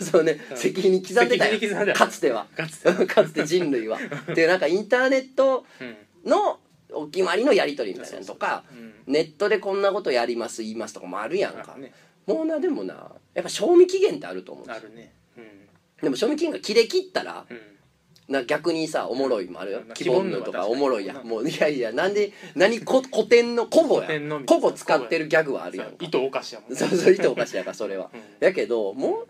そうね石碑に刻んでたや石碑に刻んでんたかつてはかつ てかつて人類はっていうなんかインターネットうんのお決まりのやり取りみたいなのとかそうそうそうネットでこんなことやります言いますとかもあるやんあか、るねもうなでもなやっぱ賞味期限ってあると思うんであすよるねうんでも賞味期限が切れ切ったら、うんな逆にさおもろいもあるようん希望のと希望のは確かかにおもろいやんもういやいやなんで何こ古典の古語古典のやみたい古な語使ってるギャグはあるそやうんか糸おかしやもんねそうそう意図おかしいやからそれは、うんやけどもう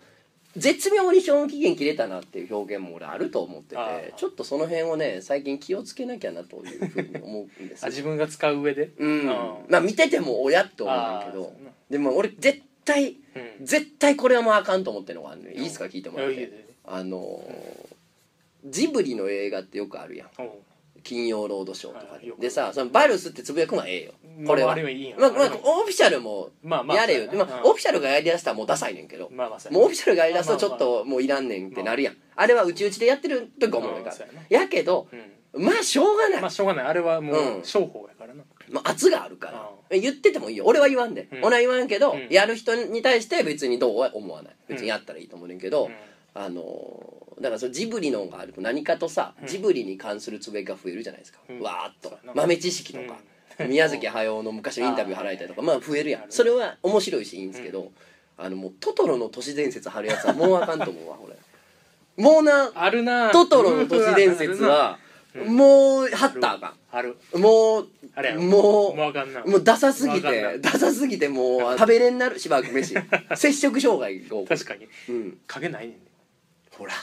絶妙に賞味期限切れたなっていう表現も俺あると思ってあてーちょっとその辺をね最近気をつけなきゃなというふうに思うんですあ自分が使う上でうんあーまあ見てても親って思うんだけあーどそうやでも俺絶対なうん絶対これはもうあかんと思ってるのがあるのよいいですか聞いてもらっいやいいてよあのージブリの映画ってよくあるやんおう「金曜ロードショー」とかはいでよくでさそのバルスってつぶやくのはええよまあこれはあれはいいやんまあまああれはいいオフィシャルもまあまあやれよそうまやなあうんオフィシャルがやりだしたらもうダサいねんけどまあまあそうやなもうオフィシャルがやりだすとちょっともういらんねんってなるやんあれはうちうちでやってる時思うまかあそうやならやけどうまあしょうがないんまあしょうがないあれはもうんう商法やからなまあ、圧があるから言っててもいいよ俺は言わんで、うん俺は言わんけど、うんやる人に対して別にどうは思わない別うんにやったらいいと思うねんけど、うんあのーだからそのジブリのがあると何かとさ、うんジブリに関するつぶやきが増えるじゃないですか、うんわーっとそうやな豆知識とか、宮崎駿の昔のインタビュー払いたりとかまあ増えるやんそれは面白いしいいんですけど、あのもうトトロの都市伝説貼るやつはもうあかんと思うわ俺もうなあるなトトロの都市伝説はもう貼あっるたらあなかんあるもうあれやろもうもうあかんなもうダサすぎわかんなていダサすぎてもうあの食べれんなるしばらく 飯接触障害が起こる確かにうん影ないねんでほら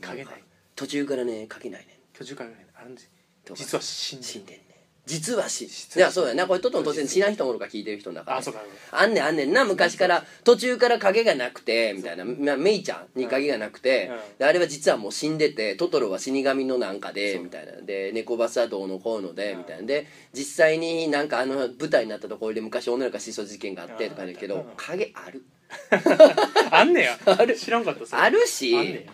影ない途中からね書けないねん居住感がないあるんですとか実は死んで死んるでんねん実はしい実はやそうだよなこれトトロの突然知らん人もおるから聞いてる人の中であそうかそうあんねんあんねんな昔から途中から影がなくてみたいなまメイちゃんに影がなくてうんうん、であれは実はもう死んでてトトロは死神のなんかでみたいなで猫バスはどうのこうので、うんみたいなで実際になんかあの舞台になったところで昔女の子が失踪事件があってとかだけど、うん影あるあんねやある知らんかったそれあるあんねし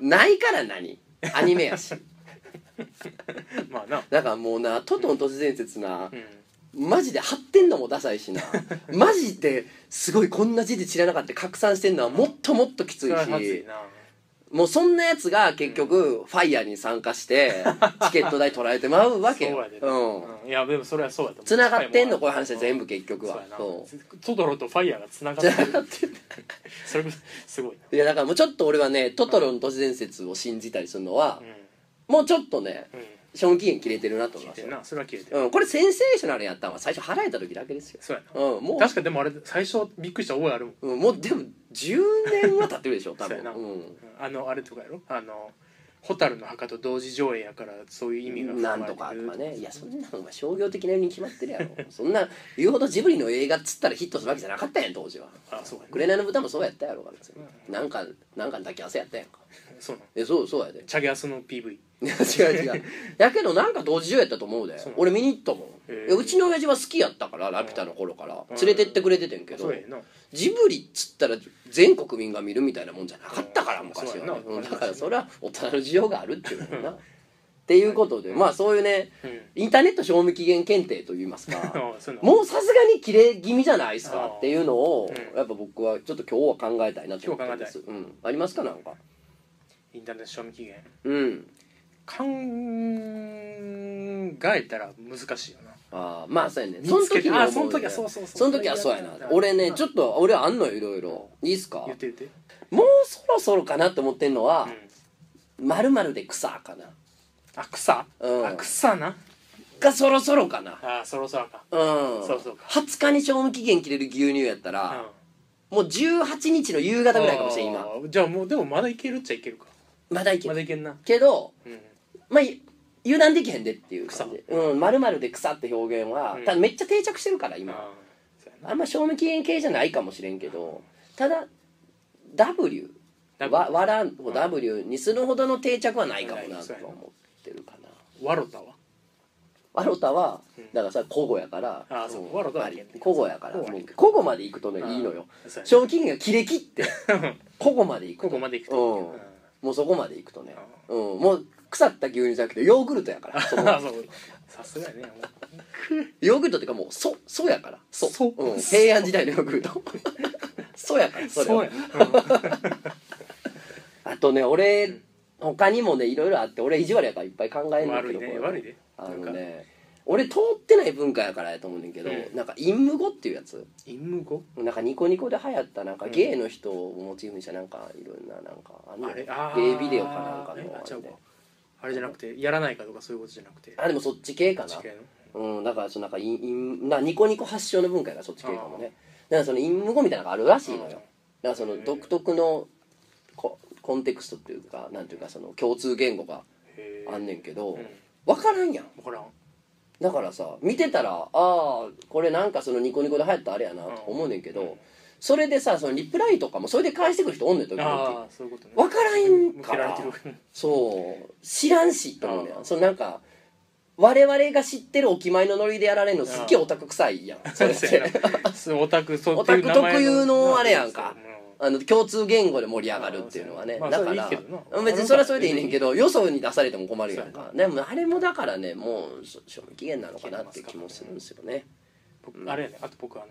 ないから何アニメやしやまあなだからもうなトトロの都市伝説なう、んマジで貼ってんのもダサい しなマジですごいこんな字で知らなかった拡散してんのはもっともっときついそれはし、まずいなもうそんなやつが結局ファイヤーに参加 してチケット代取られてまうわそけうよやで、うんうんいやでもそれはそうやと思うつながってんのうんこういう話は全部結局そうはやなそトトロとファイヤーがつながうってる それこそすごいないやだからもうちょっと俺はねトトロの都市伝説を信じたりするのはうんもうちょっとねうん賞味期限切れてるなと思い消えますてよるなそれは消えてるうん、これセンセーショナルやったのは最初払えた時だけですよ、そうやなうん、もう確かでもあれ最初びっくりした覚えあるもんうん、もうでも10年は経ってるでしょ多分そうやなうんあのあれとかやろあの蛍の墓と同時上映やからそういう意味が含なまれんてとるかとかねいやそんなのが商業的なように決まってるやろそんな言うほどジブリの映画っつったらヒットするわけじゃなかったやん当時はあそうや「ね紅の豚」もそうやったやろが別になんかなんかの抱き合わせやったやんかそうなのえそうそうやで チャゲアスの PV いや違う違うやけどなんか同時上やったと思うでそう俺見に行ったもんへえいやうちの親父は好きやったからラピュタの頃から連れてってくれててんけそどうやなジブリっつったら全国民が見るみたいなもんじゃなかったからうん昔はそうやねなうんだからそれは大人の需要があるっていうの なっていうことでまあそういうねうんインターネット賞味期限検定といいますか あそうなのもうさすがに切れ気味じゃないですかあーっていうのをうんやっぱ僕はちょっと今日は考えたいなと思ってます、うん、ありますかなんかインターネット賞味期限うん考えたら難しいよなあーまあそうやね見そのつけ時にて思う、ね、あその時はそうそうそうその時はそうやな俺ねちょっと俺あんのよいろいろいいっすか言って言ってもうそろそろかなって思ってんのはう「んまるで草」かなあ草うんあ草ながそろそろかなあそろそろかうんそうそうか20日に賞味期限切れる牛乳やったうんら、もう18日の夕方ぐらいかもしれん今あーじゃあもうでもまだいけるっちゃいけるかまだいけまるだいけんなけどうんまあい油断できへんでっていう感じうんまるで草って表現は、うんただめっちゃ定着してるから今あーそうやなあんま賞味期限系じゃないかもしれんけどただ W なんわかわらんを W にするほどの定着はないかもなないとそうやなは思ってるかなワロタはワロタはうんだからさ古語やからあーそうワロタはりいけんね古語やから古も語はういけん古語まで行くとねいいのよあーそうやな賞味期限が切れ切 って古語まで行くとここまでいくうとんもうそこまで行くとねあうんもう腐った牛乳じゃなくてヨーグルトやからそこあそうさすがやねもうヨーグルトっていうかもうそそやからそそうん、平安時代のヨーグル トそやからそれはそうやうんあとね俺、他にもねいろいろあって俺意地悪やからいっぱい考えるんだけ悪どいねこれ悪いであのなんかね俺通ってない文化やからやと思うねんけど、うんなんか陰無語っていうやつインムゴなんかニコニコで流行ったなんかうんゲイの人をモチーフにしたなんかいろんななんかあんのあれあーゲイビデオかなんかのえあちゃれうでかあれじゃなくてやらないかとかそういうことじゃなくてあでもそっち系かな地形のうんだからそのなんか陰陰なニコニコ発祥の文化やからそっち系かもねだからその陰無語みたいなのがあるらしいのよ、だからその独特のこコンテクストっていうかなんていうかその共通言語がへあんねねんけどうん分からんやん分からんだからさ見てたらああこれなんかそのニコニコで流行ったあれやなとか思うねんけど、うんそれでさそのリプライとかもそれで返してくる人おんねん時あ々あそういうことね分からへん向かけらられてるそう知らんしと思うねあんーそのなんか我々が知ってるお決まりのノリでやられるのすっげえオタク臭いやんそれっそうやて なそうオタクそうオタクっていう名前特有のあれやんかうんあの共通言語で盛り上がるっていうのはね、まあだそかれいいらけどな別にそれはそれでいいねんけどよそに出されても困るやんかでもあれもだからねもうそ賞味期限なのかなって気もするんですよね僕あれやねあと僕あの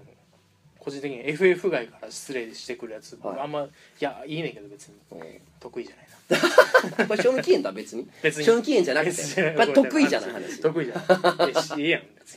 個人的に FF 外から失礼してくるやつ、はいあんまいやいいねんけど別にうん得意じゃないなこれ賞味期限とは別に別に賞味期限じゃ なく別にてこれ得意じゃない話い 得意じゃないえしいいやん 別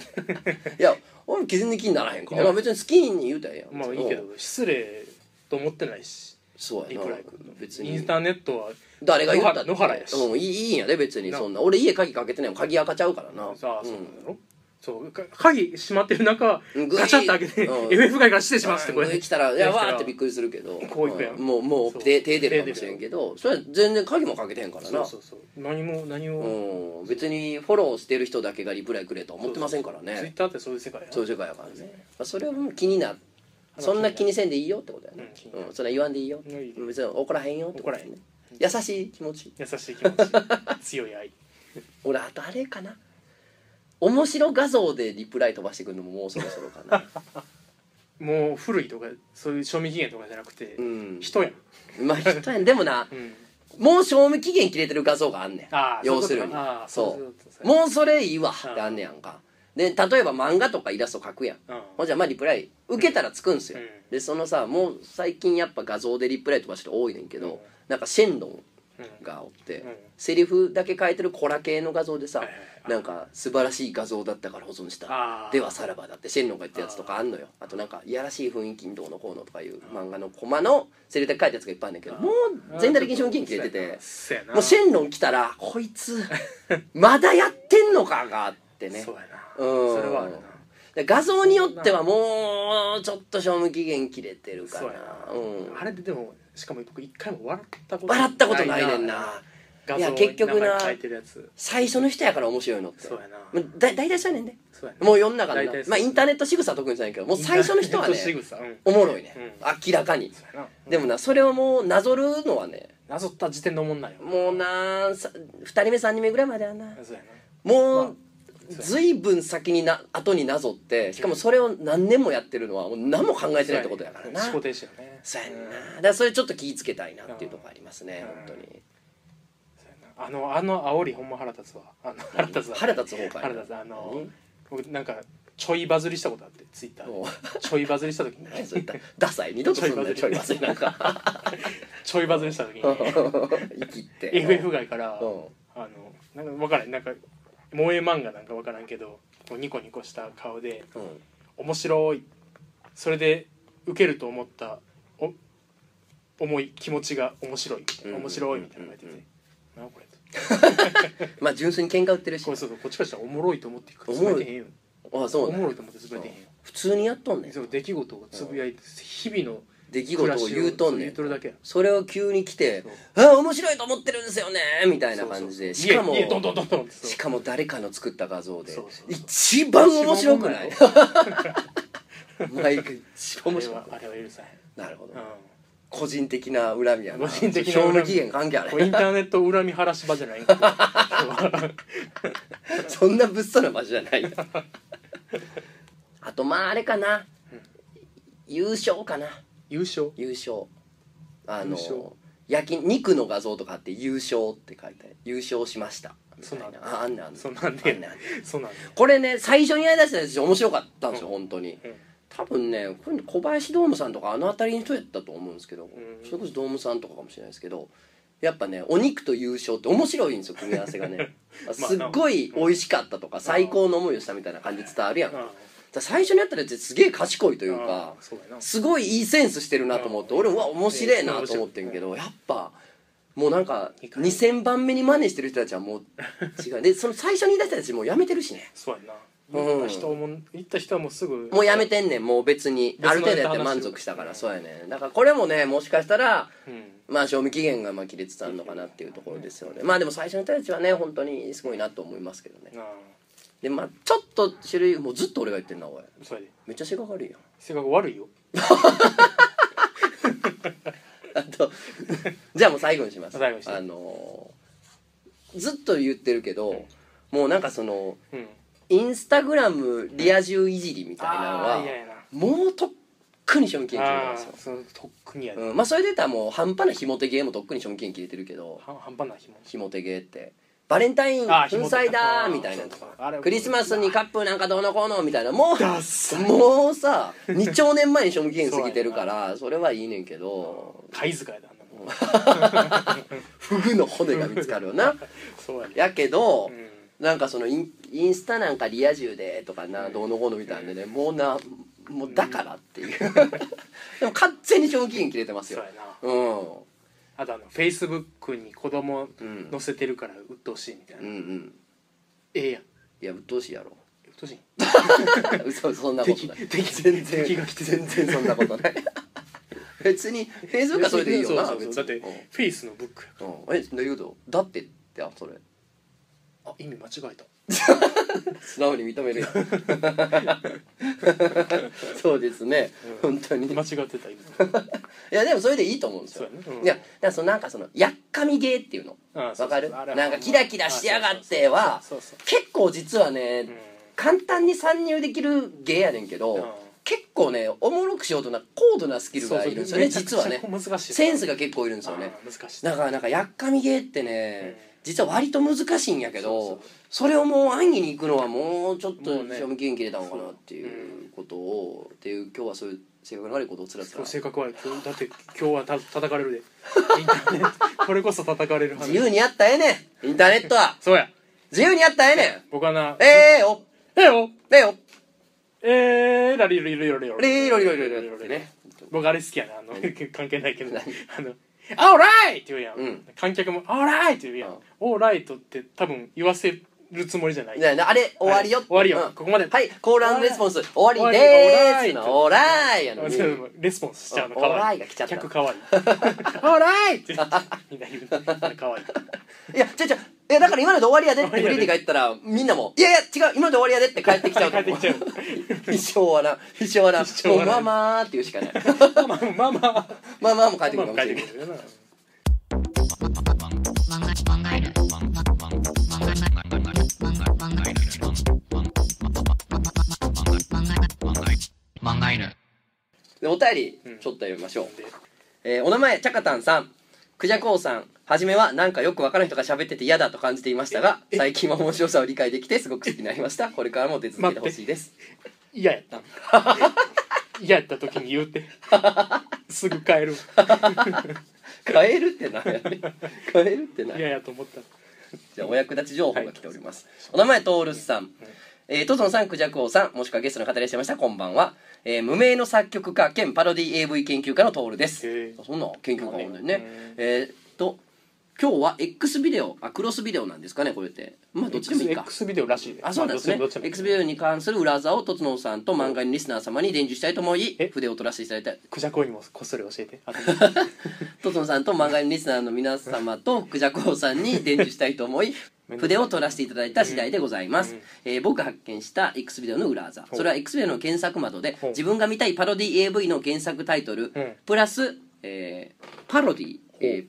にや俺も全然気にならへんからまあ別に好きに言うたらええやんまあいいけどうん失礼と思ってないしそうリやプなライ君別インにターネットは誰が言った野原野原やしうんいいいいんやで別になそんな俺家鍵かけてないもん鍵開かちゃうからなさあそううんだろ、そうか鍵閉まってる中うんぐいガチャッと開けてう「ん FF 外から失礼します」ってこれうん来たらいや来たわらーってびっくりするけどこう行くやんんもうもそうう手手出るかもしれんけどそれは全然鍵もかけてへんからそなうそうそう何も何を、うん別にフォローしてる人だけがリプライくれとは思ってませんからツイッねターってそういう世界やなそういう世界やからねまあそれはもう気になそんな気にせんでいいよってことやねうん気になるうんそんな言わんでいいようんいいね別に怒らへんよってことやね怒優しい気持ち優しい気持 ち強い愛俺あとあれかな面白画像でリプライ飛ばしてくるのももうそろそろか なもう古いとかそういう賞味期限とかじゃなくて、うん人やん、まあ人やんでもなうん、もう賞味期限切れてる画像があんねんああ要するにああそういうことかもうそれいいわってあんねやんかで例えば漫画とかイラスト描くやんああほんじゃまあリプライ受けたらつくんすよ、うんでそのさもう最近やっぱ画像でリプライ飛ばしてる人多いねんけど、うんなんかシェンロンうんがおって、うんセリフだけ変えてるコラ系の画像でさ、はいはいはいなんか素晴らしい画像だったから保存したあーではさらばだってシェンロンが言ったやつとかあんのよあとなんかいやらしい雰囲気にどうのこうのとかいう漫画のコマのセリフだけ書いたやつがいっぱいあんねんけどもう全体的に賞金切れててそうやなもうシェンロン来たらこい つまだやってんのかがあってねそうやなうんそれはあるなで画像によってはもうちょっと賞味期限切れてるかそうらやな、うんあれででもしかも僕一回も笑ったこと笑ったことないねんな画いや像結局な名前書いてるやつ最初の人やから面白いのってそうやなまあだ大体そうやねんでそうやなもう世の中の大な体そうまあインターネット仕草は特にそうやけどもう最初の人はインねターネット仕草うんおもろいね、うん明らかにそうやなでもなそれをもうなぞるのはねなぞった時点のもんなんよもうなさ2人目3人目ぐらいまでやなそうやなもまあう随分先にな後になぞってしかもそれを何年もやってるのはもう何も考えてないってことやからな思考停止よねそうやねんなうんだからそれちょっと気ぃつけたいなっていうところありますねうん本当にそうやなあのあの煽りほんま腹立つわあの腹立つわ腹立つ方かい腹立つあの僕なんかちょいバズりしたことあってツイッタおうーちょいバズりした時に何そういったダサい二度とすんなよちちょょいいバまずいなん かちょいバズりした時に生きて FF 外からうんあのなんか分からんなんか萌え漫画なんか分からんけどこうニコニコした顔でうん面白いそれで受けると思ったお思い気持ちが面白いみたいなうん面白いみたいなのが出てうんて「なあこれ」まあ純粋に喧嘩売ってるしこれそうそうこっちからしたらおもろいと思ってお潰もろいれてへんよああそおうねもろいと思って潰れてへんよ普通にやっとんねんそう出来事をつぶやいて日々の出来事を言うとんね言んうとるだけやそれを急に来て「あ面白いと思ってるんですよね」みたいな感じでそうしそうかも家家ドンドンドンドンってそうしかも誰かの作った画像でそうそうそう一番面白くない一番 毎回一番面白くあないれはあれは許さへんなるほどうん個人的な恨みやな個人的な賞恨み味期限関係あこれれインターネット恨み晴らし場じゃない んかそんな物騒な場所じゃ ないよあとまああれかな、優勝かな優勝優勝あの優勝焼き肉の画像とかあって優勝って書いて優勝しましたみたいそなんなんああんねんあんねんそんなんあでんねんあんねんそうなんでこれね最初にやりだしたやつ面白かったんですよ、本当にうん多分ねこれ小林ドームさんとかあの辺りの人やったと思うんですけど、んそれこそドームさんとかかもしれないですけどやっぱねお肉と優勝って面白いんですよ組み合わせがね まあすっごい美味しかったとか最高の思いをしたみたいな感じ伝わるやん、だから最初にやったやつすげえ賢いというかあーそうやなすごいいいセンスしてるなと思って俺うわ面白いなと思ってんけどやっぱもうなんか2000番目に真似してる人たちはもう違うでその最初に言い出したやつもうやめてるしねそうやな行った人も行った人はもうすぐもうやめてんねんもう別にあ別るの程度やつやって話満足したからそうやねんだからこれもねもしかしたらうんまあ賞味期限がまあ切れつつあるのかなっていうところですよねまあでも最初の人たちはね本当にすごいなと思いますけどねああでまあちょっと種類もうずっと俺が言ってんなおいそれでめっちゃ性格悪いやん 性格悪いよあと じゃあもう最後にします最後にしてあのーずっと言ってるけど、うんもうなんかそのうんインスタグラムリア充いじりみたいなのは、あー嫌やなもうとっくに賞味期限切れてるあんあですよそのとっくにやでうん、まあそれで言ったらもう半端なひも手ゲーもとっくに賞味期限切れてるけどは半端な紐ひも手ゲーってバレンタイン粉あーひも手砕だーみたいなのとあかれクリスマスにカップなんかどうのこうのみたいなもうダッサもうさ2兆年前に賞味期限過ぎてるからそれはいいねんけど貝塚やであんなもんフグの骨が見つかるよな そうやねやけどうんなんかそのインインスタなんかリア充でとかなどうのこうのみたいなんでねもうなもうだからっていう でも完全に賞味期限切れてますそうよやなうんあとあのフェイスブックに子供うん載せてるから鬱陶しいみたいな、うんうんええやんいや鬱陶しいやろ鬱陶しい 嘘そんなこと敵ない敵全然敵が来て全然そんなこと ない別にフェイスブックはそれでいいよなそうそうそうだって別にフェイスのブックやかうんうんえどういうことだってってあそれらあ意味間違えた素直に認める やんそうですね、本当に間違ってた今いやでもそれでいいと思うんですよ、そうやねうんいやだからそのなんかそのやっかみゲーっていうのあわあそうそうかるあれはなんかキラキラしやがってはあそうそう結構実はね、うん簡単に参入できるゲーやねんけど、うん結構ねおもろくしようとな高度なスキルがいるんですよねそうそう実はねめちゃくちゃ難しいセンスが結構いるんですよねあー難しいだからなんかやっかみゲーってね、うん実は割と難しいんやけどそそうそうれをもう安易にいくのはもうちょっともうね賞味期限切れたのかなっていうことを、っていう今日はそういう性格の悪いことをつらつ今ら日性格悪い今日だって今日はた叩かれるでインターネットこれこそ叩かれる話自由にやったらええねんインターネットはそうや自由にやったらええねん僕はなええよえよええよえー、ラリルリルリロリロリロリロリロってね僕あれ好きやなあの 関係ないけど何あの「オーライ!」って言うやん、うん観客も「オーライ!」って言うやん、うんオーライトって多分言わせるつもりじゃないじゃあなあれ終わりよ、はい終わりようんここまではいコールレスポンス終わり終わりでーすのオオーライやのにち ょっとレスポンスしちゃうのうんかオーラわイいいが来ちゃった客 かわいい「オーライ!」ってみんな言うかわいいいや、ちょちょ、いや、だから今ので終わりやでって終わフりリやーにで帰ったら、みんなも、いやいや、違う、今ので終わりやでって帰ってきちゃうと思う。帰って一生はな、一生はな、一生もはうなまあまあっていうしかない。まあまあまあまあまあも帰ってくまるかあもし帰れっなてい。くるよなでお便りう、んちょっと読みましょう。でえーお名前、ちゃかたんさん。クジャコウさん、はじめはなんかよくわからん人が喋ってて嫌だと感じていましたが、最近は面白さを理解できてすごく好きになりました。これからも出続けてほしいです。嫌や った嫌やった時に言うてすぐ帰るカエルって何 やねん。カエルって何嫌やと思ったじゃあお役立ち情報が来ております、お名前トールスさん、えー、トソンさんクジャクオさんもしくはゲストの方いらっしゃいましたこんばんは、えー無名の作曲家兼パロディ AV 研究家のトールです、へーそんな研究家なんだよねそうねえーっと今日は X ビデオあクロスビデオなんですかねこれってまあどっちでもいいか X ビデオらしいであそうなんですねまあどっちでもどっち X でビもデオに関する裏技をとつのうさんと漫画のリスナー様に伝授したいと思いえ筆を取らせていただいたクジャコにもこっそり教え てあとトトンさんと漫画のリスナーの皆様とクジャコウさんに伝授したいと思 い筆を取らせていただいた次第でございます、えー僕が発見した X ビデオの裏技それは X ビデオの検索窓でほう自分が見たいパロディ AV の検索タイトルうんプラス、えーパロディ、えー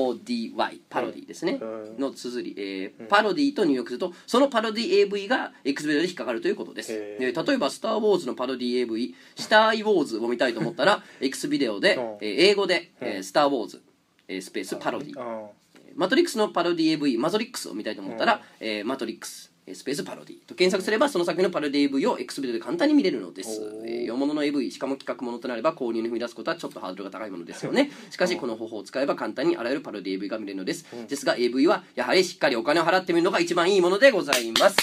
PARODY パロディですねうんの綴り、えーパロディと入力するとそのパロディ AV が X ビデオで引っかかるということですへーで例えば「スター・ウォーズ」のパロディ AV「スター・ウォーズ」を見たいと思った ら X ビデオでうんえー英語で「えースター・ウォーズ」えースペースパロディうんマトリックスのパロディ AV「マトリックス」を見たいと思ったら「えーマトリックス」えースペースパロディと検索すればその作品のパロディ AV を X ビデオで簡単に見れるのですおーえー洋物の AV しかも企画ものとなれば購入に踏み出すことはちょっとハードルが高いものですよね しかしこの方法を使えば簡単にあらゆるパロディ AV が見れるのですですが AV はやはりしっかりお金を払ってみるのが一番いいものでございます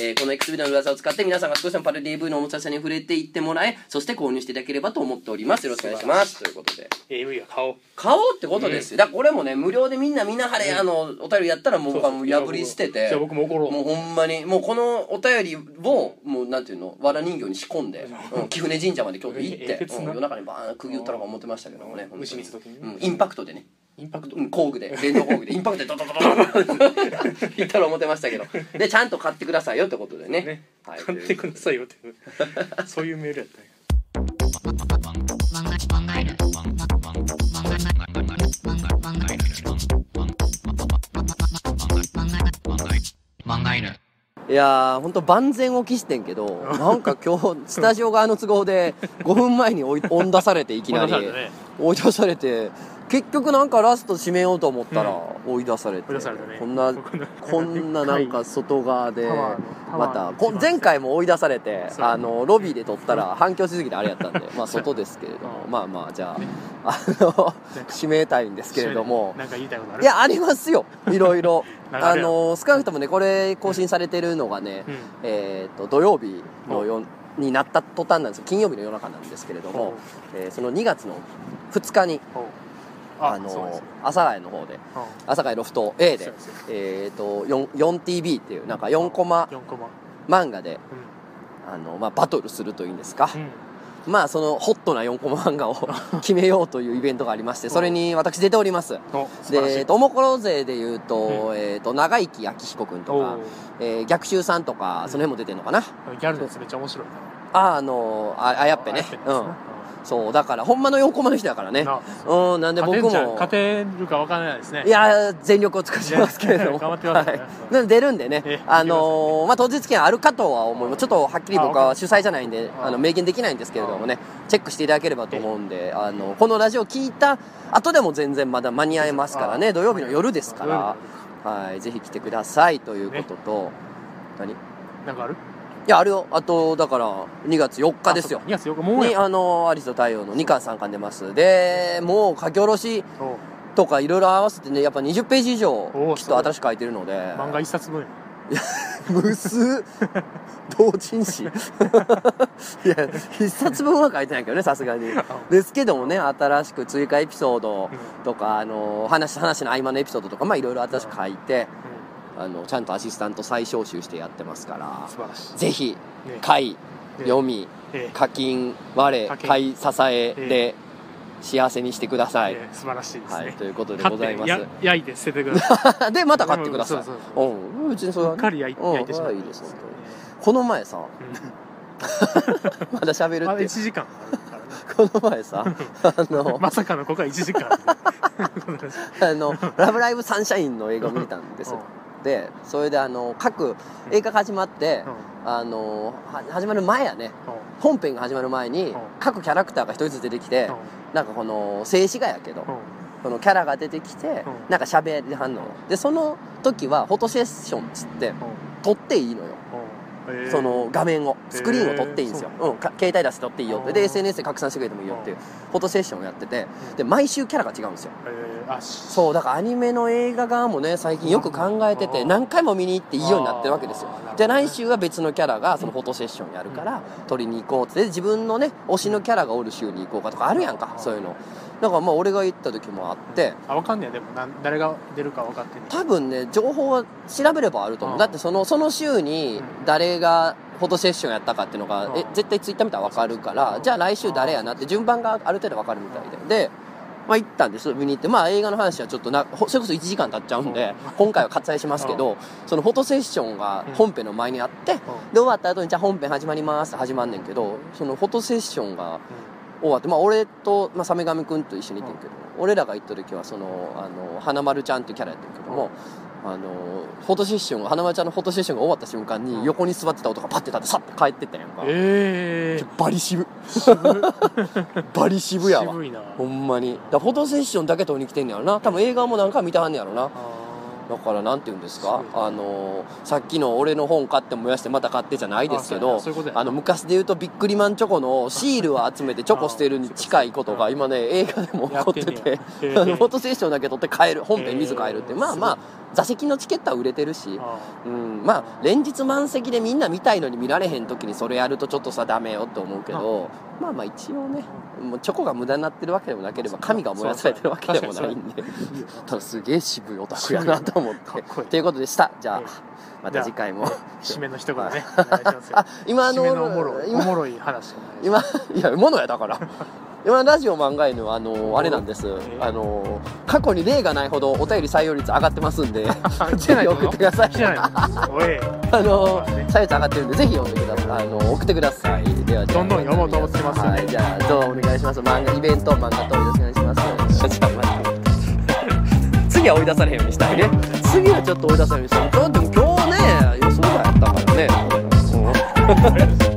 えーこの X ビデオの噂を使って皆さんが少しでもパルディ V の面白さに触れていってもらえそして購入していただければと思っておりますよろしくお願いしますということで AV は顔買おうってことですよ、だからこれもね無料でみんなみんな晴れ、あのお便りやったらもう僕はもう破り捨ててじゃあ僕も怒ろうもうほんまにもうこのお便りをもうなんていうのわら人形に仕込んで、うん、貴船神社まで京都行っえてげ、つう、なん夜中にバーン釘打ったのか思ってましたけどもねうん虫見た時にうん、インパクトでねインパクトうん工具で電動工具でインパクトでドドドドドドドいったら思ってましたけどでちゃんと買ってくださいよってことでねねはい、買ってくださいよって いうそういうメールやったんやいやー本当万全を期してんけ どなんか今日スタジオ側の都合で5分前 に追い追い出されていきなり追い出されたね追い出されて結局なんかラスト締めようと思ったら追い出されて、追い出されたねこんなこんなこんななんか外側 でタワーのタまワーのた一番こ前回も追い出されてそうあのロビーで撮ったら反響しすぎてあれやったんでまあ外ですけれどもうんまあまあじゃねああの なんか締めたいんですけれども。なんか言いたいことあるいやありますよいろいろ なんかああるやんの少なくともねこれ更新されてるのがね、うんえー、と土曜日のよになった途端なんです金曜日の夜中なんですけれども、えーその2月の2日にほうああのそうです阿佐ヶ谷の方でほう阿佐ヶ谷ロフト A そうでで、すえー、と 4- 4TV っていうなんか4コマ4コマ漫画でうんあの、まあ、バトルするというんですか、うんまあそのホットな4コマ漫画 を決めようというイベントがありましてそれに私出ております。お素晴らしでいえーとおもころ勢でいうと,、うえー、と長生き昭彦君とかお、えー逆襲さんとかその辺も出てるのかな、ーギャルのやつめっちゃ面白いなああのああやっぱねあやっうぱんそうだからほんまの4コマの人だからねなうんなんで勝僕てんじゃんも勝てるかわからないですねいやー全力を尽くしますけれども頑張ってくださいねはいなんで出るんでねええあのーまあ当日券あるかとは思ううんちょっとはっきり僕あわかはる主催じゃないんでああの明言できないんですけれどもねチェックしていただければと思うんであのこのラジオ聞いた後でも全然まだ間に合いますからね土曜日の夜ですか土曜日のらはいぜひ来てくださいということと何い夜なんかあるやあれよあとだから2月4日ですよ2月4日もうにやあのアリスと太陽の2巻3巻出ますでもう書き下ろしおとかいろいろ合わせてねやっぱ20ページ以上おーきっと新しく書いてるので漫画一冊分や無数同人 誌いや一冊分は書いてないけどねさすがにですけどもね新しく追加エピソードとかあの話話の合間のエピソードとかまあいろいろ新しく書いてうあのちゃんとアシスタント再招集してやってますかん素ら晴らしいぜひね買いね読みええ課金我課金買い支えで幸せにしてください、ええ素晴らしいですはい、ねということで買ごっざいてまや焼いて捨ててください すでまた買ってくださいそうそううそうん別にそれうはっねかり焼いうん焼いてしまっていいです本当にこの前さ まだ喋るまっだて1時間あるからねこの前 さあのまさかのここは1時間あの「ラブライブサンシャイン」の映画を見たんですよでそれであの各映画が始まってうんうんあのは始まる前やね本編が始まる前にうん各キャラクターが一人ずつ出てきてうんなんかこの静止画やけどうんこのキャラが出てきてうんなんか喋りはんのでその時はフォトセッションっつって撮っていいのようんうんその画面をスクリーンを撮っていいんですよ、へーうん、か携帯出して撮っていいよってあでー SNS で拡散してくれてもいいよっていうフォトセッションをやっててうんで毎週キャラが違うんですよえーあそそうだからアニメの映画側もね最近よく考えてあてー何回も見に行っていいようになってるわけですよあーなるほどねじゃあ来週は別のキャラがそのフォトセッションやるから撮りに行こうってで自分のね推しのキャラがおる週に行こうかとかあるやんかあーそういうのだからまあ俺が行った時もあってあ分かんねえでもなん誰が出るか分かってね多分ね情報は調べればあると思ううんだってそのその週にうん誰がフォトセッションやったかっていうのがうんえ絶対ツイッター見たら分かるからうんじゃあ来週誰やなって順番がある程度分かるみたいででまあ行ったんです見に行ってまあ映画の話はちょっとなほそれこそ1時間経っちゃうんで今回は割愛しますけどそのフォトセッションが本編の前にあってうんで終わった後にじゃあ本編始まりますって始まんねんけどそのフォトセッションが終わって、まあ、俺と、まあ、サメガミ君と一緒に行ってんけど、俺らが行った時はそのあの花丸ちゃんっていうキャラやってんけども、あのフォトセッション花丸ちゃんのフォトセッションが終わった瞬間うんに横に座ってた男がパッて立ってさって帰ってったやんか、ええバリ渋バリ渋やわ渋いなほんまにだからフォトセッションだけ撮りに来てんねやろな多分映画も何回も見てはんねやろなあだからなんて言うんですすかごいなあのさっきの俺の本買って燃やしてまた買ってじゃないですけどあそうやなそういうことやな あの昔で言うとビックリマンチョコのシールを集めてチョコ捨てるに近いことが今ね映画でも起こっててやってんねや あのフォトセッションだけ撮って帰る本編見ず帰るってえーまあまあ座席のチケットは売れてるし、あうん、まあ連日満席でみんな見たいのに見られへん時にそれやるとちょっとさダメよって思うけどまあまあ一応ねもうチョコが無駄になってるわけでもなければ神が燃やされてるわけでもないんでーいいよただすげえ渋いオタクやなと思っ。かってこいいということでしたじゃあうんまた次回も締め の一言ねお願いしますよあ今あ締のめのおもろいお今もろい話お願いします今いやものやだから今ラジオ漫画犬はあのあれなんです、えあの過去に例がないほどお便り採用率上がってますんであ来てないのぜひ送ってくだ さい来てないのおいあのそうですね採用率上がってるんでぜひ読んでくださいあの送ってくださいではではどんどん読もうと思ってますよねはいじゃあどうお願いします漫画イベント漫画とよろしくお願いしますじゃあまた次は追い出されへんようにしたいね次はちょっと追い出されへんようにしたいだって今日ね予想外やったからね